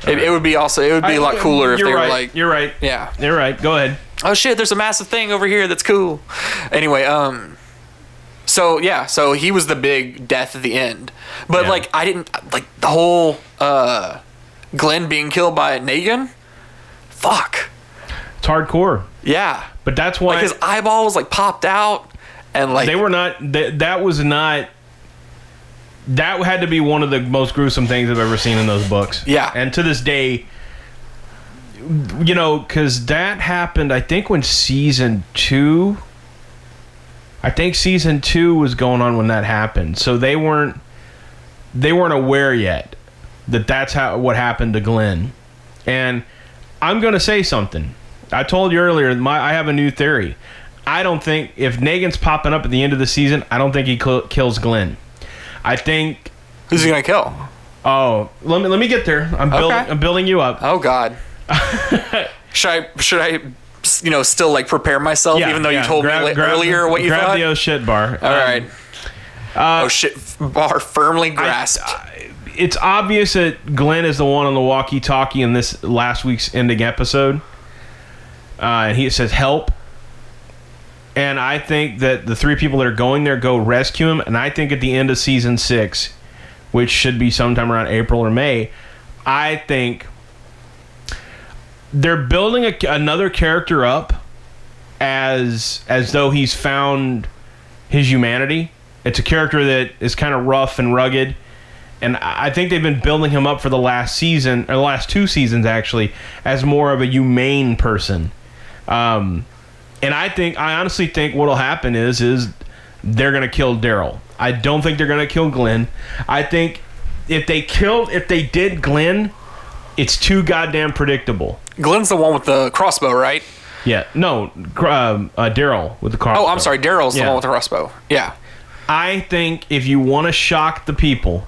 It, it would be also it would be a lot cooler if they
You're
were
right,
like
You're right.
yeah.
You're right. Go ahead.
oh shit, there's a massive thing over here that's cool. Anyway, um, so yeah, so he was the big death at the end, but
Yeah.
like I didn't like the whole uh, Glenn being killed by Negan. Fuck
It's hardcore,
yeah,
but that's why
like his eyeball was like popped out, and like
they were not. That that was not. That had to be one of the most gruesome things I've ever seen in those books.
Yeah.
And to this day, you know, because that happened, I think, when season two. I think season two was going on when that happened, so they weren't they weren't aware yet that that's how what happened to Glenn. And I'm gonna say something. I told you earlier. My I have a new theory. I don't think if Negan's popping up at the end of the season, I don't think he cl- kills Glenn. I think.
who's he gonna kill?
Oh, let me let me get there. I'm building.
Okay.
I'm building you up.
Oh god, should I should I you know still like prepare myself even though you told
grab-
me li-
grab-
earlier what you
grab
thought?
the Uh, oh shit bar.
All right. oh shit! Bar firmly grasped.
uh, It's obvious that Glenn is the one on the walkie-talkie in this last week's ending episode, uh, and he says help. And I think that the three people that are going there go rescue him. And I think at the end of season six, which should be sometime around April or May, I think they're building a, another character up as as though he's found his humanity. It's a character that is kind of rough and rugged, and I I think they've been building him up for the last season or the last two seasons actually as more of a humane person. Um, and I think I honestly think what'll happen is is they're gonna kill Daryl. I don't think they're gonna kill Glenn. I think if they killed if they did Glenn, it's too goddamn predictable.
Glenn's the one with the crossbow, right?
Yeah, no, gr- um, uh, Daryl with the car.
Oh, I'm sorry, Daryl's
Yeah.
the one with the crossbow. Yeah.
I think if you want to shock the people,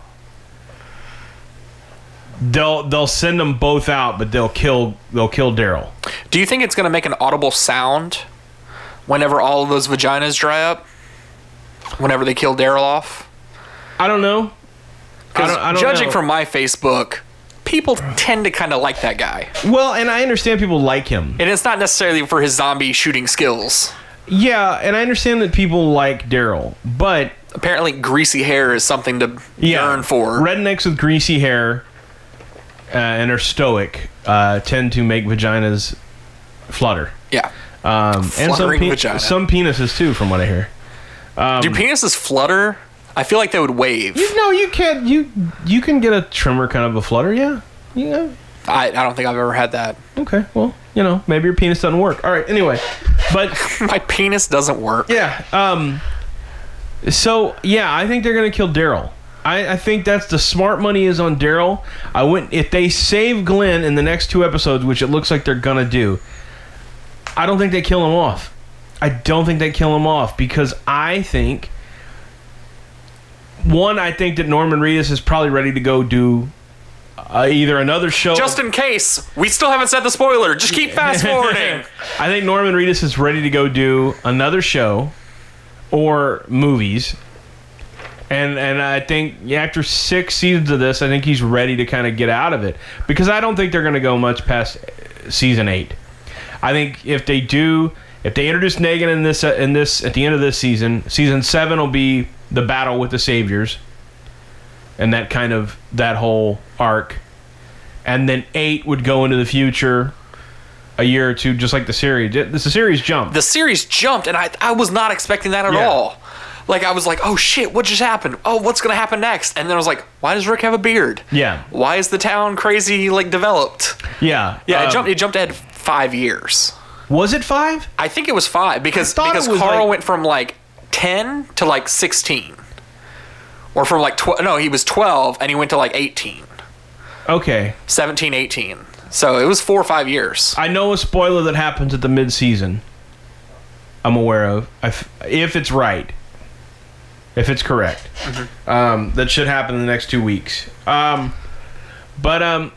they'll they'll send them both out, but they'll kill they'll kill Daryl.
Do you think it's gonna make an audible sound whenever all of those vaginas dry up? Whenever they kill Daryl off?
I don't know. I don't, I
Because
don't
judging
know.
from my Facebook, people tend to kind of like that guy,
well, and I understand people like him.
and it's not necessarily for his zombie shooting skills.
Yeah, and I understand that people like Daryl, but
Apparently, greasy hair is something to yearn for.
rednecks with greasy hair uh, and are stoic uh, tend to make vaginas flutter.
yeah.
Um, and some,
Fluttering
pe-
vagina.
some penises too, from what I hear.
Do
Um,
penises flutter? I feel like they would wave.
You no, you can't. You you can get a trimmer kind of a flutter. Yeah, you know.
I, I don't think I've ever had that.
Okay, well, you know, maybe your penis doesn't work. All right. Anyway, but
My penis doesn't work.
yeah. Um. So yeah, I think they're gonna kill Daryl. I, I think that's the smart money is on Daryl. I wouldn't if they save Glenn in the next two episodes, which it looks like they're gonna do. I don't think they kill him off. I don't think they kill him off because I think one, I think that Norman Reedus is probably ready to go do uh, either another show.
Just in case, we still haven't said the spoiler. Just keep fast forwarding.
I think Norman Reedus is ready to go do another show or movies. And and I think after six seasons of this, I think he's ready to kind of get out of it because I don't think they're going to go much past uh, season eight. I think if they do, if they introduce Negan in this uh, in this at the end of this season, season seven will be the battle with the Saviors, and that kind of that whole arc, and then eight would go into the future, a year or two, just like the series. It's a series jump.
The series jumped, and I, I was not expecting that at
Yeah.
all. Like, I was like, oh shit, what just happened? Oh, what's going to happen next? And then I was like, why does Rick have a beard?
Yeah.
Why is the town crazy, like, developed?
yeah,
Yeah,
um,
it, jumped, it jumped ahead five years.
Was it five?
I think it was five because,
thought it
because
was,
Carl
like-
went from like 10 to like 16. Or from like 12. No, he was 12 and he went to like 18.
Okay,
17, 18. So it was four or five years.
I know a spoiler that happens at the mid-season. I'm aware of I f- if it's right, if it's correct. Um, that should happen in the next two weeks. Um, but um,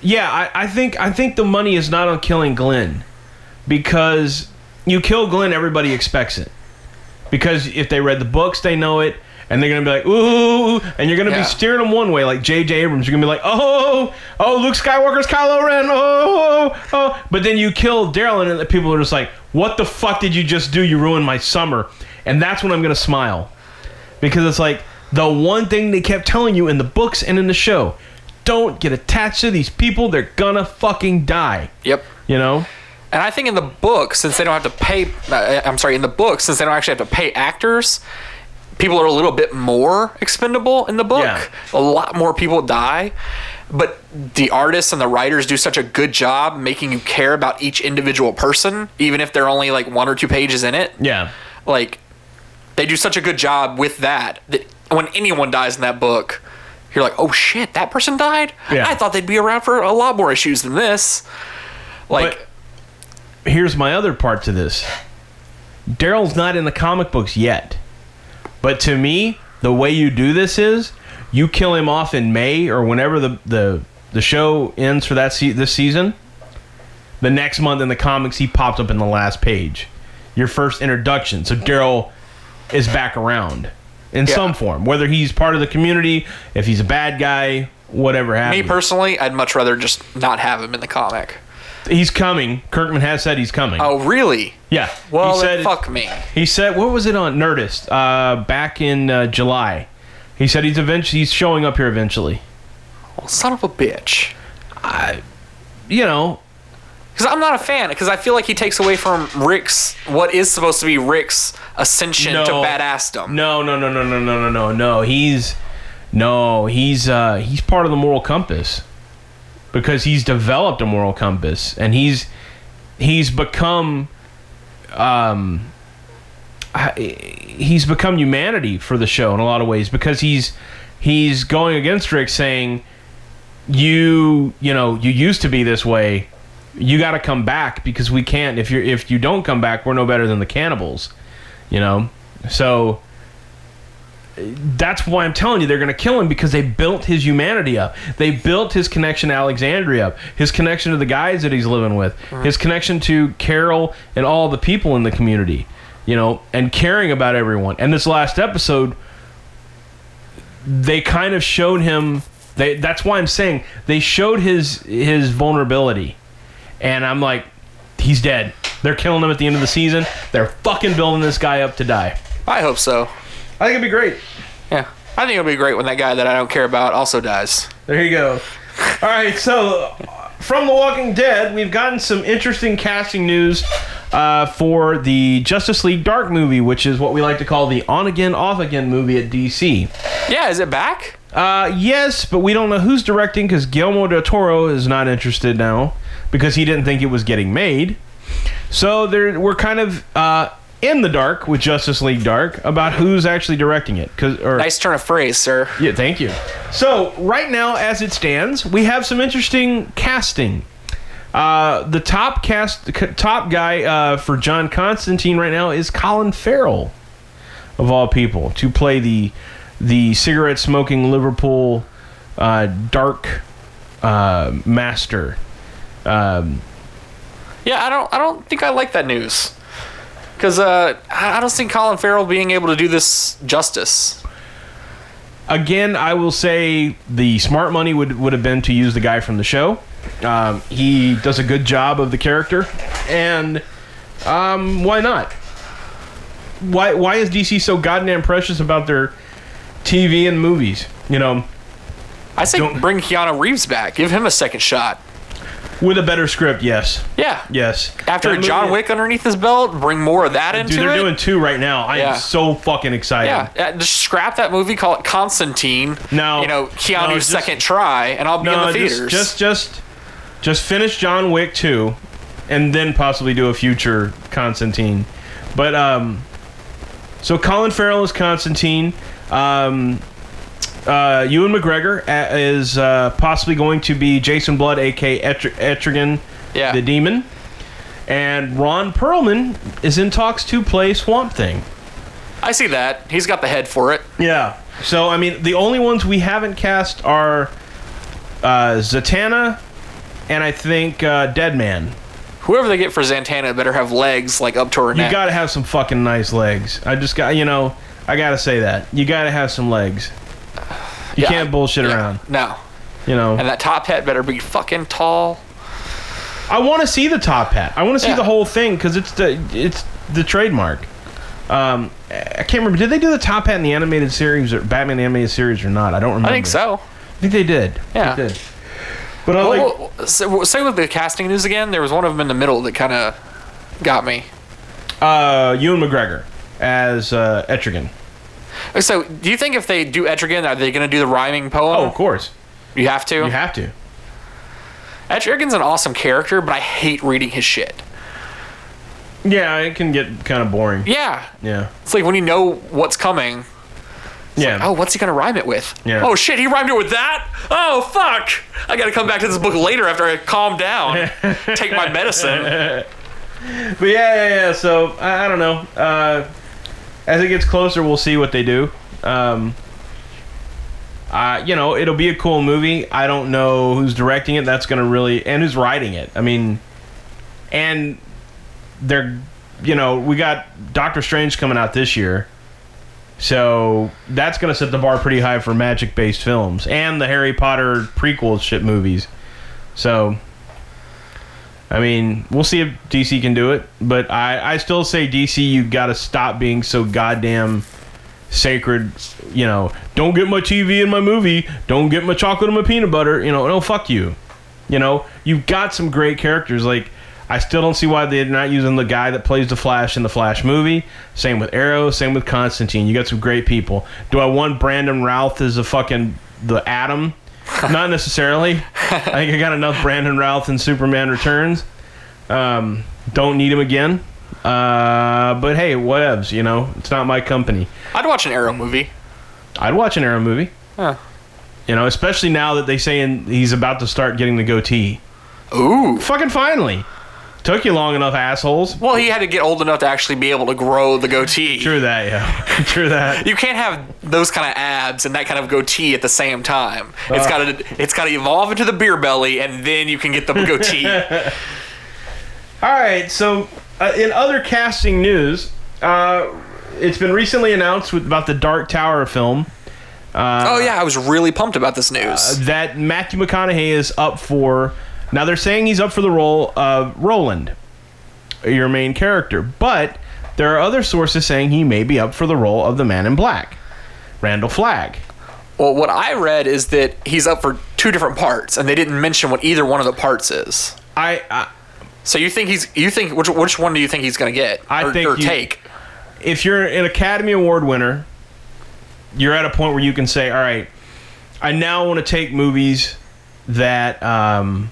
Yeah, I, I think I think the money is not on killing Glenn, because you kill Glenn, everybody expects it. Because if they read the books, they know it, and they're gonna be like, ooh, and you're gonna
Yeah.
be steering them one way, like J.J. Abrams. You're gonna be like, oh, oh, Luke Skywalker's Kylo Ren, oh, oh, oh. But then you kill Daryl, and the people are just like, what the fuck did you just do? You ruined my summer, and that's when I'm gonna smile because it's like the one thing they kept telling you in the books and in the show don't get attached to these people they're gonna fucking die
Yep.
you know
And I think in the book, since they don't have to pay, uh, I'm sorry, in the book, since they don't actually have to pay actors, people are a little bit more expendable in the book.
Yeah.
A lot more people die. But the artists and the writers do such a good job making you care about each individual person, even if they're only like one or two pages in it.
yeah
Like, they do such a good job with that that when anyone dies in that book, you're like, oh shit, that person died?
Yeah.
I thought they'd be around for a lot more issues than this. Like,
But- here's my other part to this daryl's not in the comic books yet but to me the way you do this is you kill him off in may or whenever the the, the show ends for that se- this season the next month in the comics he pops up in the last page your first introduction so daryl is back around in
Yeah.
some form whether he's part of the community if he's a bad guy whatever
Me
happens
personally, I'd much rather just not have him in the comic.
he's coming kirkman has said he's coming
Oh, really?
yeah
Well,
he
then
said
fuck me.
He said, "What was it on Nerdist uh, back in uh, July?" He said he's eventually he's showing up here eventually.
Well, son of a bitch.
You know,
Because I'm not a fan. Because I feel like he takes away from Rick's what is supposed to be Rick's ascension to
No.
badassdom.
no, no, no, no, no, no, no, no, no. He's no, he's uh, he's part of the moral compass because he's developed a moral compass and he's he's become um I- he's become humanity for the show in a lot of ways because he's he's going against Rick saying you you know you used to be this way you got to come back because we can't if you are if you don't come back we're no better than the cannibals you know so that's why I'm telling you they're going to kill him because they built his humanity up. They built his connection to Alexandria up, his connection to the guys that he's living with, his connection to Carol and all the people in the community, you know, and caring about everyone. And this last episode, they kind of showed him. They, that's why I'm saying they showed his his vulnerability, and I'm like, he's dead. They're killing him at the end of the season. They're fucking building this guy up to die.
I hope so.
I think it'd be great.
Yeah. I think it'll be great when that guy that I don't care about also dies.
There you go. All right, so uh, from The Walking Dead, we've gotten some interesting casting news uh, for the Justice League Dark movie, which is what we like to call the on again, off again movie at DC.
Yeah, is it back?
Uh, yes, but we don't know who's directing because Guillermo del Toro is not interested now because he didn't think it was getting made. So there, we're kind of uh, in the dark with Justice League Dark about who's actually directing it. Cause, or,
Nice turn of phrase, sir.
yeah, thank you. So, right now, as it stands, we have some interesting casting. Uh, the top cast, the c- top guy uh, for John Constantine right now is Colin Farrell, of all people, to play the the cigarette smoking Liverpool uh, dark uh, master. Um,
Yeah, I don't. I don't think I like that news. Because uh, I I don't see Colin Farrell being able to do this justice.
again, I will say the smart money would would have been to use the guy from the show. Um, he does a good job of the character, and um, why not? Why why is DC so goddamn precious about their TV and movies? You know,
I say
Don't-
bring Keanu Reeves back. Give him a second shot.
with a better script, yes,
Yeah.
yes.
After
That
John
movie-
Wick underneath his belt, bring more of that into
dude, they're
it.
doing two right now. I
Yeah.
am so fucking excited.
yeah, yeah, just scrap that movie, call it Constantine.
No.
you know Keanu's
No, just-
second try, and I'll be in the
just,
theaters.
just just just finish John Wick two, and then possibly do a future Constantine. But um, so Colin Farrell is Constantine. Um, uh, Ewan McGregor a- is uh, possibly going to be Jason Blood, aka Etr- Etrigan,
Yeah.
the Demon. And Ron Perlman is in talks to play Swamp Thing.
I see that he's got the head for it.
Yeah. So I mean, the only ones we haven't cast are uh, Zatanna, and I think uh, Dead Man.
Whoever they get for Zantana better have legs like up to her
You
neck.
gotta have some fucking nice legs. I just got, you know, I gotta say that. You gotta have some legs. You
Yeah,
can't
I-
bullshit
yeah,
around.
No.
You know,
And that top hat better be fucking tall.
I want to see the top hat. I want to see
Yeah.
the whole thing because it's the it's the trademark. Um, I can't remember. Did they do the top hat in the animated series or Batman animated series or not? I don't remember.
I think so.
I think they did.
Yeah.
They did. But I like.
Well, well, so- say with the casting news again, there was one of them in the middle that kind of got me.
uh, Ewan McGregor as uh, Etrigan.
So, do you think if they do Etrigan, are they going to do the rhyming
Oh,
poem?
of course.
You have to.
You have to.
Etrigan's an awesome character, but I hate reading his shit.
Yeah, it can get kind of boring.
Yeah.
Yeah.
It's like when you know what's coming.
Yeah.
Oh, what's he going to rhyme it with?
Yeah.
Oh, shit, he rhymed it with that? Oh, fuck. I got to come back to this book later after I calm down, take my medicine.
But yeah, yeah, yeah. So I, I don't know. Uh, as it gets closer, we'll see what they do. Um, uh, you know, it'll be a cool movie. I don't know who's directing it. That's gonna really and who's writing it. I mean, and they're you know we got Doctor Strange coming out this year. So that's going to set the bar pretty high for magic-based films and the Harry Potter prequel shit movies. So I mean, we'll see if DC can do it, but I, I still say DC, you got to stop being so goddamn sacred. You know, don't get my TV and my movie. Don't get my chocolate and my peanut butter. You know, no, fuck you. You know, you've got some great characters. Like, I still don't see why they're not using the guy that plays the Flash in the Flash movie. Same with Arrow. Same with Constantine. You got some great people. Do I want Brandon Routh as a fucking the Atom? not necessarily. I think I got enough Brandon Routh in Superman Returns. Um, don't need him again. Uh, but hey, whatevs. You know, it's not my company.
I'd watch an Arrow movie.
I'd watch an Arrow movie.
Huh.
You know, especially now that they saying he's about to start getting the goatee.
Ooh.
Fucking finally. Took you long enough, assholes.
Well, he had to get old enough to actually be able to grow the goatee.
True that, yeah. True that.
You can't have those kind of abs and that kind of goatee at the same time. it's
Uh.
got to it's got to evolve into the beer belly, and then you can get the goatee.
Uh. All right. So, uh, in other casting news, uh, it's been recently announced with, about the Dark Tower film
oh yeah, I was really pumped about this news.
that Matthew McConaughey is up for. Now they're saying he's up for the role of Roland, your main character, but there are other sources saying he may be up for the role of the Man in Black, Randall Flagg.
well, what I read is that he's up for two different parts, and they didn't mention what either one of the parts is.
I, I
So you think he's you think which which one do you think he's gonna get?
I
or,
think
or
you-
take.
if you're an Academy Award winner, you're at a point where you can say, "All right, I now want to take movies that um,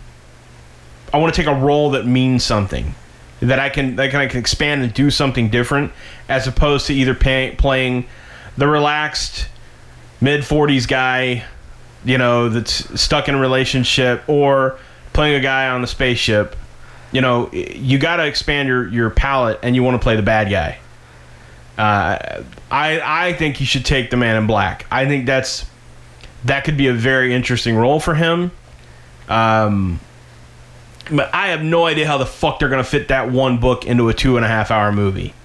I want to take a role that means something, that I can that I can expand and do something different, as opposed to either pay, playing the relaxed mid 40s guy, you know, that's stuck in a relationship, or playing a guy on a spaceship." You know, you got to expand your, your palette, and you want to play the bad guy. I I think he should take the Man in Black. I think that's that could be a very interesting role for him. Um, but I have no idea how the fuck they're gonna fit that one book into a two and a half hour movie.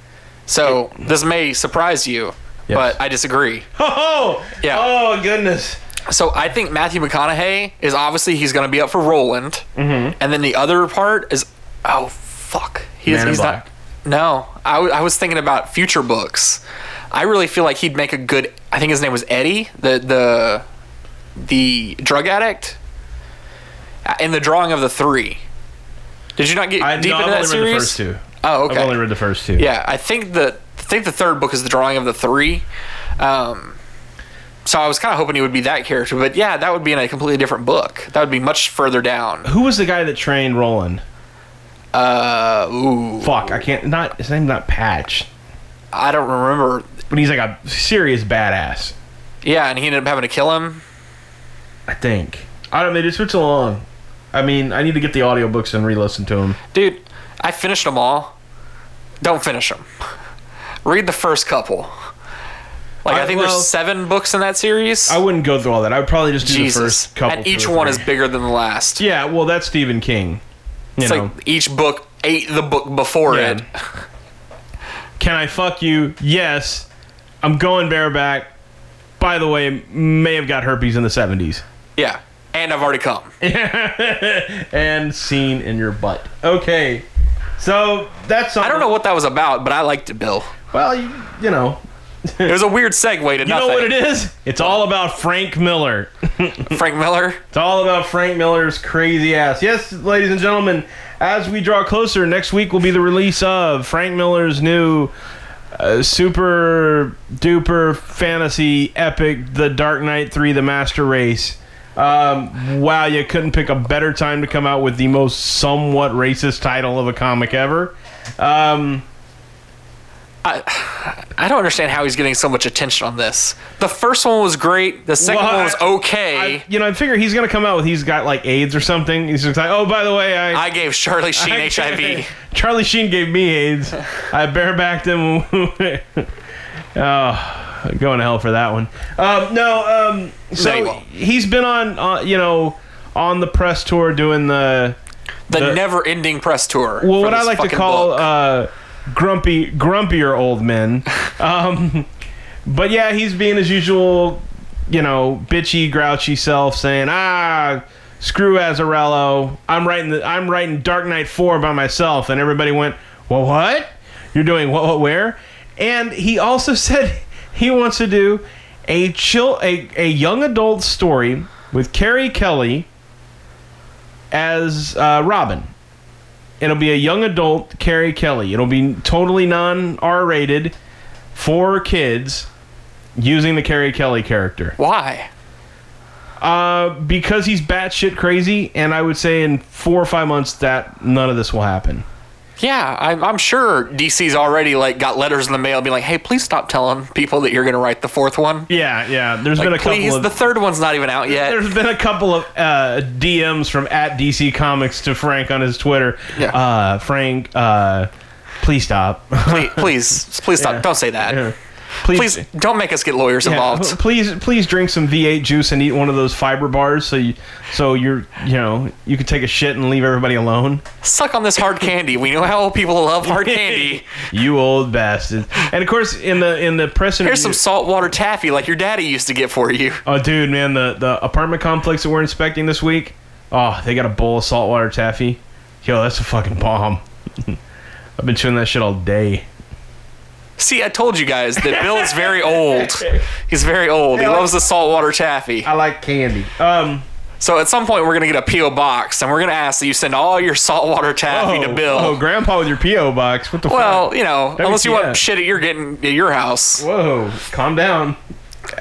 So this may surprise you,
Yes.
but I disagree.
Oh,
Yeah.
Oh goodness.
So I think Matthew McConaughey is obviously he's going to be up for Roland, mm-hmm. and then the other part is oh fuck, he is,
Man in
he's
Black.
not. No, I, w- I was thinking about future books. I really feel like he'd make a good. I think his name was Eddie, the the the drug addict, Uh, in the drawing of the three. Did you not get
I,
deep
no, I've
into
only
that series?
read the first two.
Oh, okay.
I've only read the first two.
Yeah, I think the I think the third book is the drawing of the three. Um, so I was kind of hoping he would be that character, but yeah, that would be in a completely different book. That would be much further down.
Who was the guy that trained Roland?
Uh, ooh,
Fuck, I can't. Not his name's not Patch,
I don't remember.
but he's like a serious badass.
Yeah, and he ended up having to kill him.
I think. I don't. They just switch along. I mean, I need to get the audiobooks and re-listen to them.
Dude, I finished them all. Don't finish them. Read the first couple. Like I, think
well,
there's seven books in that series.
I wouldn't go through all that. I would probably just do
Jesus,
the first couple.
and
two
each
or
one
three.
is bigger than the last.
Yeah, well, that's Stephen King. You
it's
know,
like each book ate the book before
Yeah.
it.
can I fuck you? Yes, I'm going bareback. By the way, may have got herpes in the 70s
Yeah, and I've already come.
and seen in your butt. Okay, so that's
I don't know what that was about, but I liked it, Bill.
Well, you, you know,
It was a weird segue to
you
nothing.
know what it is. It's all about Frank Miller.
Frank Miller.
It's all about Frank Miller's crazy ass. Yes, ladies and gentlemen, as we draw closer, next week will be the release of Frank Miller's new uh, super duper fantasy epic, The Dark Knight 3 The Master Race. Um, wow, you couldn't pick a better time to come out with the most somewhat racist title of a comic ever. Um,
I don't understand how he's getting so much attention on this. The first one was great. The second
Well,
one was
I-
okay.
I, you know, I figure he's going to come out with he's got like AIDS or something. He's just like, oh, by the way, I,
I gave Charlie Sheen HIV.
Charlie Sheen gave me AIDS. I barebacked him. oh, going to hell for that one. Um, no, um,
No, you
so
won't.
he's been on, uh, you know, on the press tour doing the
The,
The-
never-ending press tour.
well,
for
what I
this
like to
fucking
call
book.
uh, grumpy, grumpier old men. Um, but yeah, he's being his usual, you know, bitchy, grouchy self, saying, "Ah, screw Azarello. I'm writing the, I'm writing Dark Knight Four by myself." And everybody went, "Well, what? You're doing what? What? Where?" And he also said he wants to do a chill, a, a young adult story with Carrie Kelly as uh, Robin. It'll be a young adult Carrie Kelly. It'll be totally non R rated for kids using the Carrie Kelly character.
why.
Uh, because he's batshit crazy, and I would say in four or five months that none of this will happen.
Yeah, I'm, I'm sure DC's already like got letters in the mail, being like, "Hey, please stop telling people that you're going to write the fourth one."
Yeah, yeah. There's
Like,
been a
please,
couple of
the third one's not even out yet.
there's been a couple of uh, DMs from at DC Comics to Frank on his Twitter.
Yeah.
Uh, Frank, uh, please stop.
please, please, please stop. Don't say that. Please don't make us get lawyers
Yeah,
involved.
p- Please, please drink some V8 juice and eat one of those fiber bars, so you, so you're, you know, you can take a shit and leave everybody alone.
Suck on this hard candy. We know how people love hard candy.
you old bastard. And of course, in the in the press interview,
Here's some saltwater taffy like your daddy used to get for you.
oh dude, man, the the apartment complex that we're inspecting this week, oh, they got a bowl of saltwater taffy. Yo, that's a fucking bomb. I've been chewing that shit all day.
See, I told you guys that Bill is very old. He's very old. He
Yeah,
loves the saltwater taffy.
I like candy. Um,
So at some point, we're gonna get a PO box, and we're gonna ask that you send all your saltwater taffy
oh,
to Bill.
oh, grandpa with your PO box. What the fuck?
well, you know,
That'd
unless
be
you
TF.
want shit that you're getting at your house.
Whoa, calm down,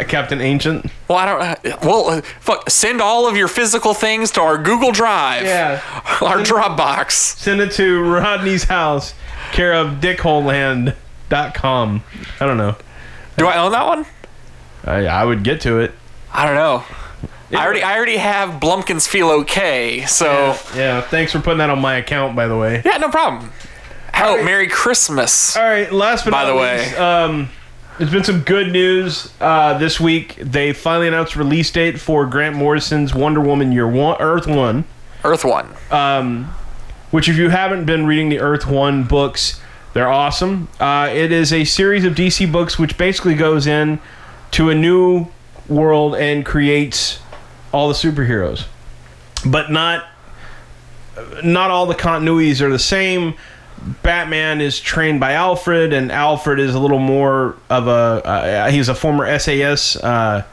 Captain Ancient.
Well, I don't. Well, uh, fuck. Send all of your physical things to our Google Drive.
Yeah.
Our Dropbox.
send it to Rodney's house, care of dickholeland.com. I don't know.
Do I own that one?
I, I would get to it.
I don't know. I already, I already have Blumpkins feel okay. So
Yeah, thanks for putting that on my account, by the way.
yeah, no problem. How Merry Christmas.
All right, last but
By
not
the way.
least, um, there's been some good news uh, this week. They finally announced release date for Grant Morrison's Wonder Woman Year One, Earth One.
Earth One.
which if you haven't been reading the Earth One books, they're awesome. Uh, it is a series of DC books which basically goes in to a new world and creates all the superheroes, but not not all the continuities are the same. Batman is trained by Alfred, and Alfred is a little more of a uh, he's a former SAS uh,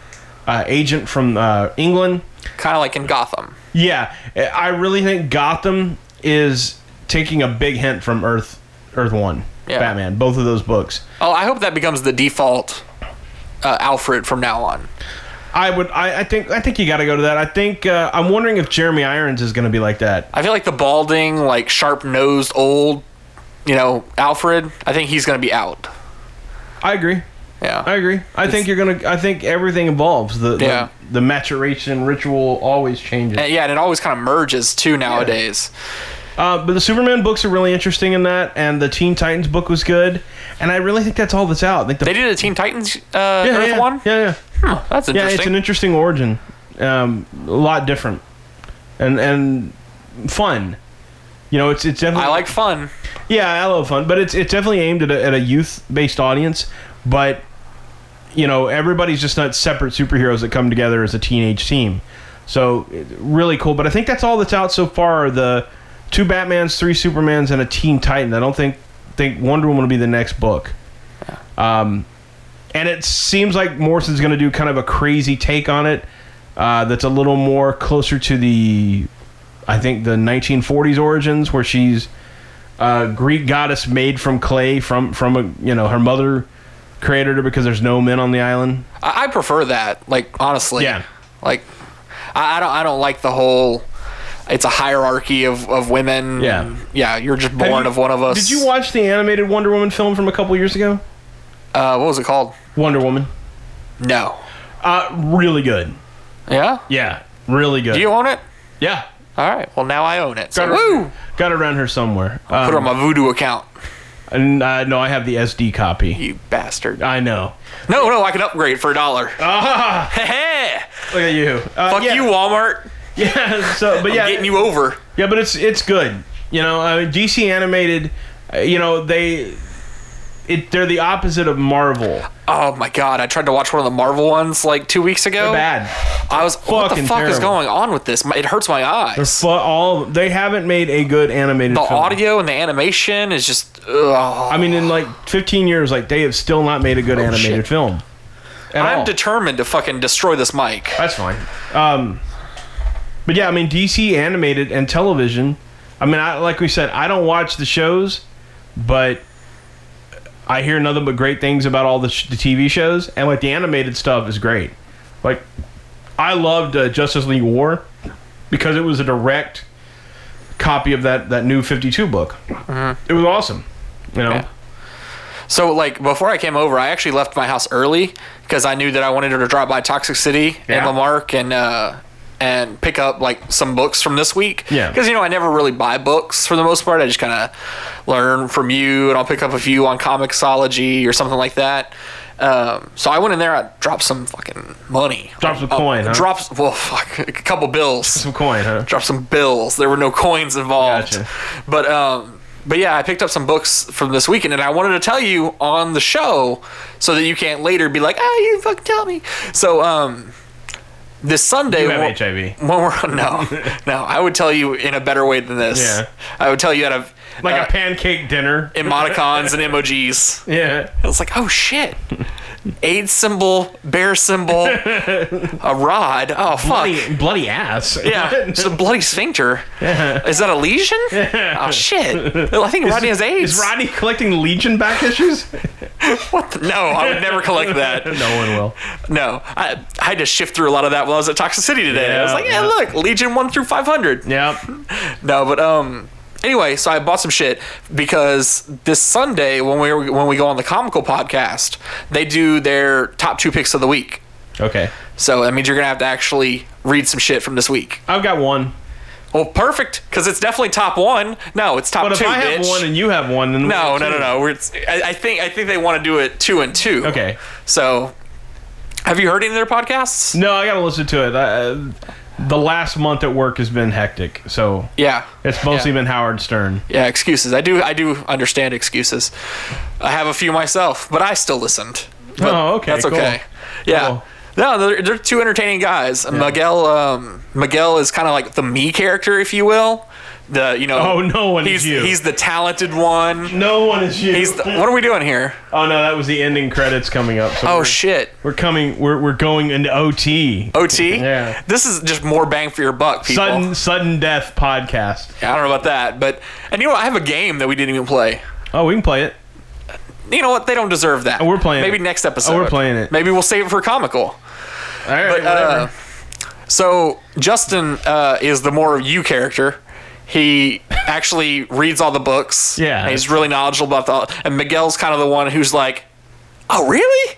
uh, agent from uh, England.
kind of like in Gotham.
Yeah, I really think Gotham is taking a big hint from Earth, Earth One,
Yeah.
Batman, both of those books.
Oh, I hope that becomes the default uh, Alfred from now on.
I would, I, I think, I think you got to go to that. I think uh, I'm wondering if Jeremy Irons is going to be like that.
I feel like the balding, like sharp nosed old, you know, Alfred. I think he's gonna be out.
I agree.
Yeah.
I agree. I think you're gonna. I think everything evolves. The the,
Yeah.
the maturation ritual always changes.
And yeah, and it always kind of merges too nowadays.
Uh, but the Superman books are really interesting in that, and the Teen Titans book was good. And I really think that's all that's out. Like the
They did a Teen Titans uh,
yeah,
Earth
yeah,
one.
Yeah, yeah.
Hmm, that's
Yeah, it's
interesting.
an interesting origin. Um, a lot different, and and fun. You know, it's it's definitely
I like fun.
yeah, I love fun, but it's it's definitely aimed at a, at a youth based audience. But you know, everybody's just not separate superheroes that come together as a teenage team. So it- really cool. But I think that's all that's out so far. The two Batman's, three Supermans, and a Teen Titan. I don't think think Wonder Woman will be the next book. Um, and it seems like Morrison's going to do kind of a crazy take on it. Uh, that's a little more closer to the, I think the 1940s origins where she's uh, Greek goddess made from clay from from a you know her mother created her because there's no men on the island.
I, I prefer that. Like honestly,
Yeah.
Like I, I don't I don't like the whole. It's a hierarchy of, of women.
Yeah.
yeah. You're just
Have
born
you-
of one of us.
Did you watch the animated Wonder Woman film from a couple years ago?
Uh, what was it called?
Wonder Woman,
No.
uh, really good.
Yeah.
Yeah, really good.
Do you own it?
yeah,
All right. Well, now I own it. So,
got it,
woo!
got it around her somewhere. Um,
Put it on my Voodoo account.
and, uh, no, I have the SD copy.
You bastard.
I know.
No, no, I can upgrade for a dollar.
Ah,
Hey,
look at you. Uh,
fuck
yeah.
you, Walmart.
Yeah. So, but yeah,
Getting you over.
Yeah, but it's it's good. You know, I mean, DC animated. uh, You know, they it they're the opposite of Marvel.
Oh my god, I tried to watch one of the Marvel ones like two weeks ago.
They're bad.
I was, what the
Fucking
fuck is
terrible.
going on with this? My- It hurts my
They're
eyes.
fu- all they haven't made a good animated.
The
film.
audio and the animation is just. Ugh.
I mean, in like 15 years, like they have still not made a good animated
Oh, shit.
film. At
I'm
all.
determined to fucking destroy this mic.
That's fine. Um, but yeah, I mean DC animated and television. I mean, I, like we said, I don't watch the shows, but I hear nothing but great things about all the, sh- the TV shows, and like the animated stuff is great. Like, I loved uh, Justice League War because it was a direct copy of that that new Fifty Two book. It was awesome. You know,
Mm-hmm. Yeah. So like before I came over, I actually left my house early because I knew that I wanted her to drop by Toxic City and
Yeah.
Lamarck and uh, and pick up like some books from this week.
Yeah.
Because you know I never really buy books for the most part. I just kind of learn from you, and I'll pick up a few on Comixology or something like that. Um, so I went in there. I dropped some fucking money.
Dropped some
Uh,
coin, huh?
Dropped well, fuck, a couple bills
some coin, huh?
dropped some bills. There were no coins involved.
Gotcha.
But um but yeah, I picked up some books from this weekend and I wanted to tell you on the show so that you can't later be like, "Ah, you didn't fucking tell me." So um this Sunday
You have
when-
HIV.
When we're, no, no, I would tell you in a better way than this.
Yeah.
I would tell you out of
Like
uh,
a pancake dinner.
emoticons and emojis.
yeah.
I was like, oh shit. AIDS symbol, bear symbol, a rod. Oh fuck.
Bloody, bloody ass.
Yeah, it's a bloody sphincter. Is that a lesion? Oh shit! I think Rodney has AIDS.
Is Rodney collecting Legion back issues?
What? The? No, I would never collect that.
no one will.
No, I, I had to shift through a lot of that while I was at Toxic City today. I was
Yeah,
like, yeah,
yeah.
look, Legion one through five hundred.
Yep.
No, but um. Anyway, so I bought some shit because this Sunday when we were, when we go on the Comical podcast, they do their top two picks of the week.
Okay.
So that means you're gonna have to actually read some shit from this week.
I've got one.
Well, perfect, because it's definitely top one. No, it's top
But if
two.
I have
bitch.
one and you have one, then
No, no, no, no. We're, it's, I, I think I think they want to do it two and two.
Okay.
So, have you heard any of their podcasts?
No, I gotta listen to it. I, the last month at work has been hectic, so
Yeah.
it's mostly been Howard Stern.
Yeah, excuses. I do I do understand excuses. I have a few myself, but I still listened. But
Oh, okay,
That's
cool.
okay. Yeah.
Cool.
No, they're, they're two entertaining guys. Miguel um, Miguel is kind of like the me character, if you will. The you know.
Oh, no one is
he's,
you.
He's the talented one.
No one is you.
He's the, what are we doing here?
oh no, that was the ending credits coming up. So
Oh
we're,
shit.
we're coming. We're we're going into OT.
OT.
Yeah.
This is just more bang for your buck, people.
Sudden sudden death podcast.
Yeah, I don't know about that, but and you know what? I have a game that we didn't even play.
Oh, we can play it.
You know what? They don't deserve that.
Oh, we're playing
Maybe
it.
next episode.
Oh, we're playing it.
Maybe we'll save it for comical.
All right,
But,
whatever.
uh, so Justin uh, is the more you character. He actually reads all the books.
Yeah.
and he's really knowledgeable about the. And Miguel's kind of the one who's like, "Oh, really?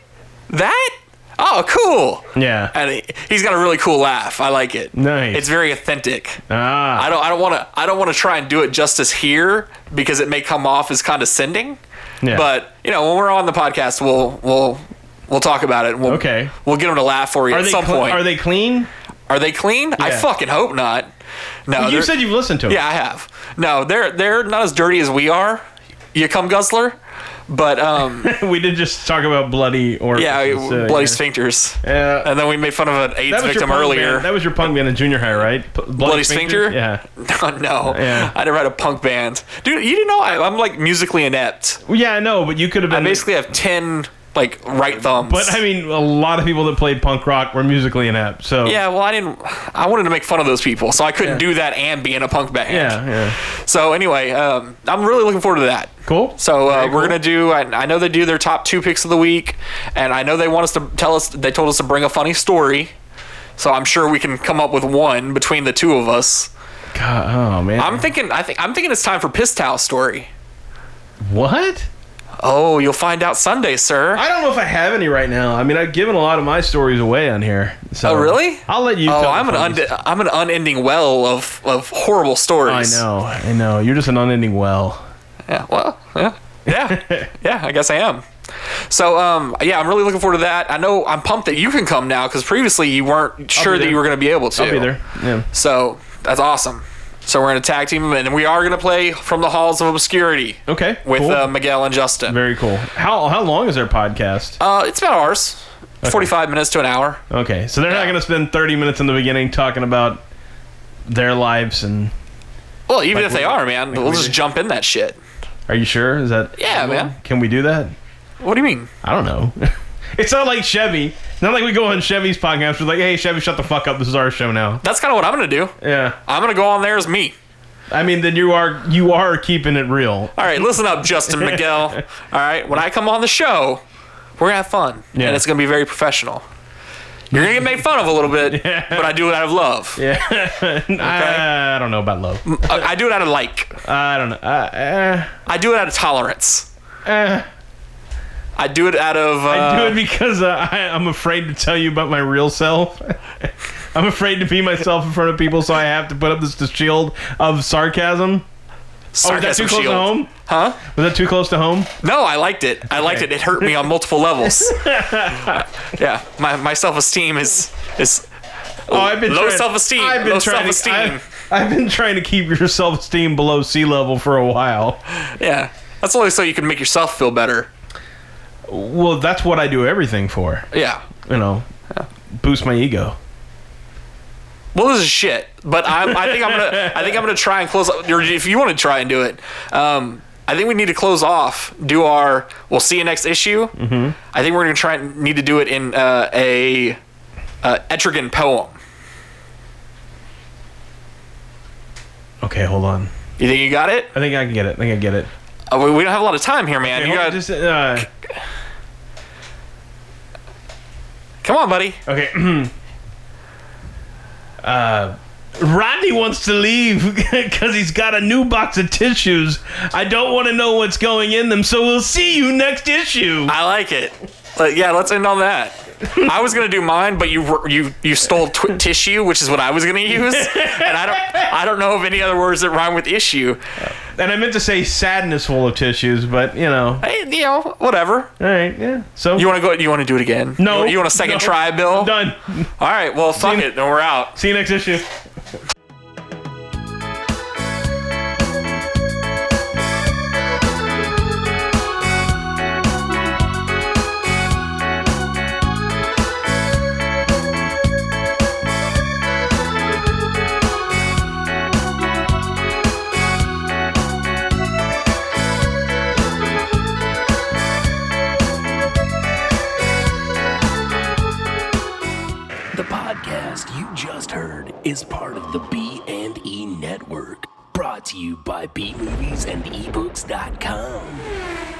That? Oh, cool."
yeah.
And he, he's got a really cool laugh. I like it.
Nice.
It's very authentic.
ah.
I don't. I don't want to. I don't want to try and do it justice here because it may come off as condescending.
Yeah.
But you know, when we're on the podcast, we'll we'll we'll talk about it. and We'll,
Okay.
We'll get them to laugh for you
Are
at
they
some
cle-
point.
are they clean?
Are they clean? I
Yeah.
fucking hope not. No.
You
Oh, they're-
said you've listened to them.
yeah, I have. No, they're they're not as dirty as we are. You come guzzler, but um,
we did just talk about bloody uh, or
yeah, bloody sphincters.
Yeah.
And then we made fun of an AIDS
That was your
victim
punk
earlier.
Band. That was your punk band in junior high, right? P- Bloody,
Bloody Sphincter?
Yeah.
Oh, no,
Yeah.
I never had a punk band, dude. You didn't know I, I'm like musically inept.
Well, yeah, I know, but you could have
I
been.
basically have ten like right thumbs.
but I mean, a lot of people that played punk rock were musically inept. So
yeah, well, I didn't. I wanted to make fun of those people, so I couldn't do that and be in a punk band.
yeah, yeah.
So anyway, um, I'm really looking forward to that.
Cool.
So uh,
Very
we're
cool.
gonna do. I, I know they do their top two picks of the week, and I know they want us to tell us. They told us to bring a funny story, so I'm sure we can come up with one between the two of us.
God, oh man.
I'm thinking. I think. I'm thinking it's time for piss towel story.
what?
Oh, you'll find out Sunday, sir.
I don't know if I have any right now. I mean, I've given a lot of my stories away on here. So
Oh, really?
Um, I'll let you.
Oh,
tell
I'm an
the funny
und- I'm an unending well of of horrible
I
stories.
know, I know. You're just an unending well.
Yeah. Well. Yeah. Yeah. yeah. I guess I am. So um, yeah, I'm really looking forward to that. I know I'm pumped that you can come now because previously you weren't sure that
there.
you were going to be able to.
I'll be there. Yeah.
So that's awesome. So we're going to tag team and we are going to play from the halls of obscurity
Okay.
with
cool.
uh, Miguel and Justin.
Very cool. How how long is their podcast?
uh, it's about ours, 45 minutes to an hour.
Okay, so they're not
Yeah.
going to spend 30 minutes in the beginning talking about their lives and.
Well, even if
we-
they are, man, we'll
we
just
do.
jump in that shit.
Are you sure? Is that.
Yeah,
legal?
man.
Can we do that?
What do you mean?
I don't know. it's not like Chevy. It's not like we go on Chevy's podcast. We're like, hey, Chevy, shut the fuck up. This is our show now.
That's kind of what I'm going to do.
Yeah.
I'm going to go on there as me.
I mean, then you are you are keeping it real.
All right, listen up, Justin Miguel. All right, when I come on the show, we're going to have fun.
Yeah.
And it's going to be very professional. You're going to get made fun of a little bit, but I do it out of love.
Yeah. I, I don't know about love.
I, I do it out of like.
I don't know. Uh,
I do it out of tolerance.
uh, uh,
I do it out of. Uh,
I do it because uh, I, I'm afraid to tell you about my real self. I'm afraid to be myself in front of people, so I have to put up this, this shield of sarcasm. Oh, was that
sarcasm
too close
shield.
to home?
Huh?
Was that too close to home?
No, I liked it. I liked it. It hurt me on multiple levels. yeah, my, my self esteem is is
Oh, I've been
low
trying-
self-esteem,
I've been
low
trying to-
self-esteem.
I've, I've been trying to keep your self-esteem below sea level for a while.
yeah. That's only so you can make yourself feel better.
Well, that's what I do everything for.
Yeah.
You know, boost my ego.
Well, this is shit, but I'm, I think I'm gonna I think I'm gonna try and close. Or if you want to try and do it, um, I think we need to close off. Do our we'll see you next issue. Mm-hmm. I think we're gonna try and need to do it in uh, a uh, Etrigan poem.
Okay, hold on.
You think you got it?
I think I can get it. I think I get it.
Uh, we, we don't have a lot of time here, man.
Hey,
you
hold on,
got
just, uh,
come on, buddy.
okay. uh, Rodney wants to leave because he's got a new box of tissues. I don't want to know what's going in them, so we'll see you next issue.
I like it. But yeah, let's end on that. I was gonna do mine, but you you you stole tw- tissue, which is what I was gonna use, and I don't I don't know of any other words that rhyme with issue.
And I meant to say sadness full of tissues, but you know.
Hey, you know, whatever.
All right, yeah. So
You want to go? You want to do it again? You,
No.
want- you want a second
No.
try, Bill?
done.
All right. Well, fuck
See-
it. Then we're out.
See you next issue.
The podcast you just heard is part of the E B&E E Network, brought to you by bmovies and ebooks.com.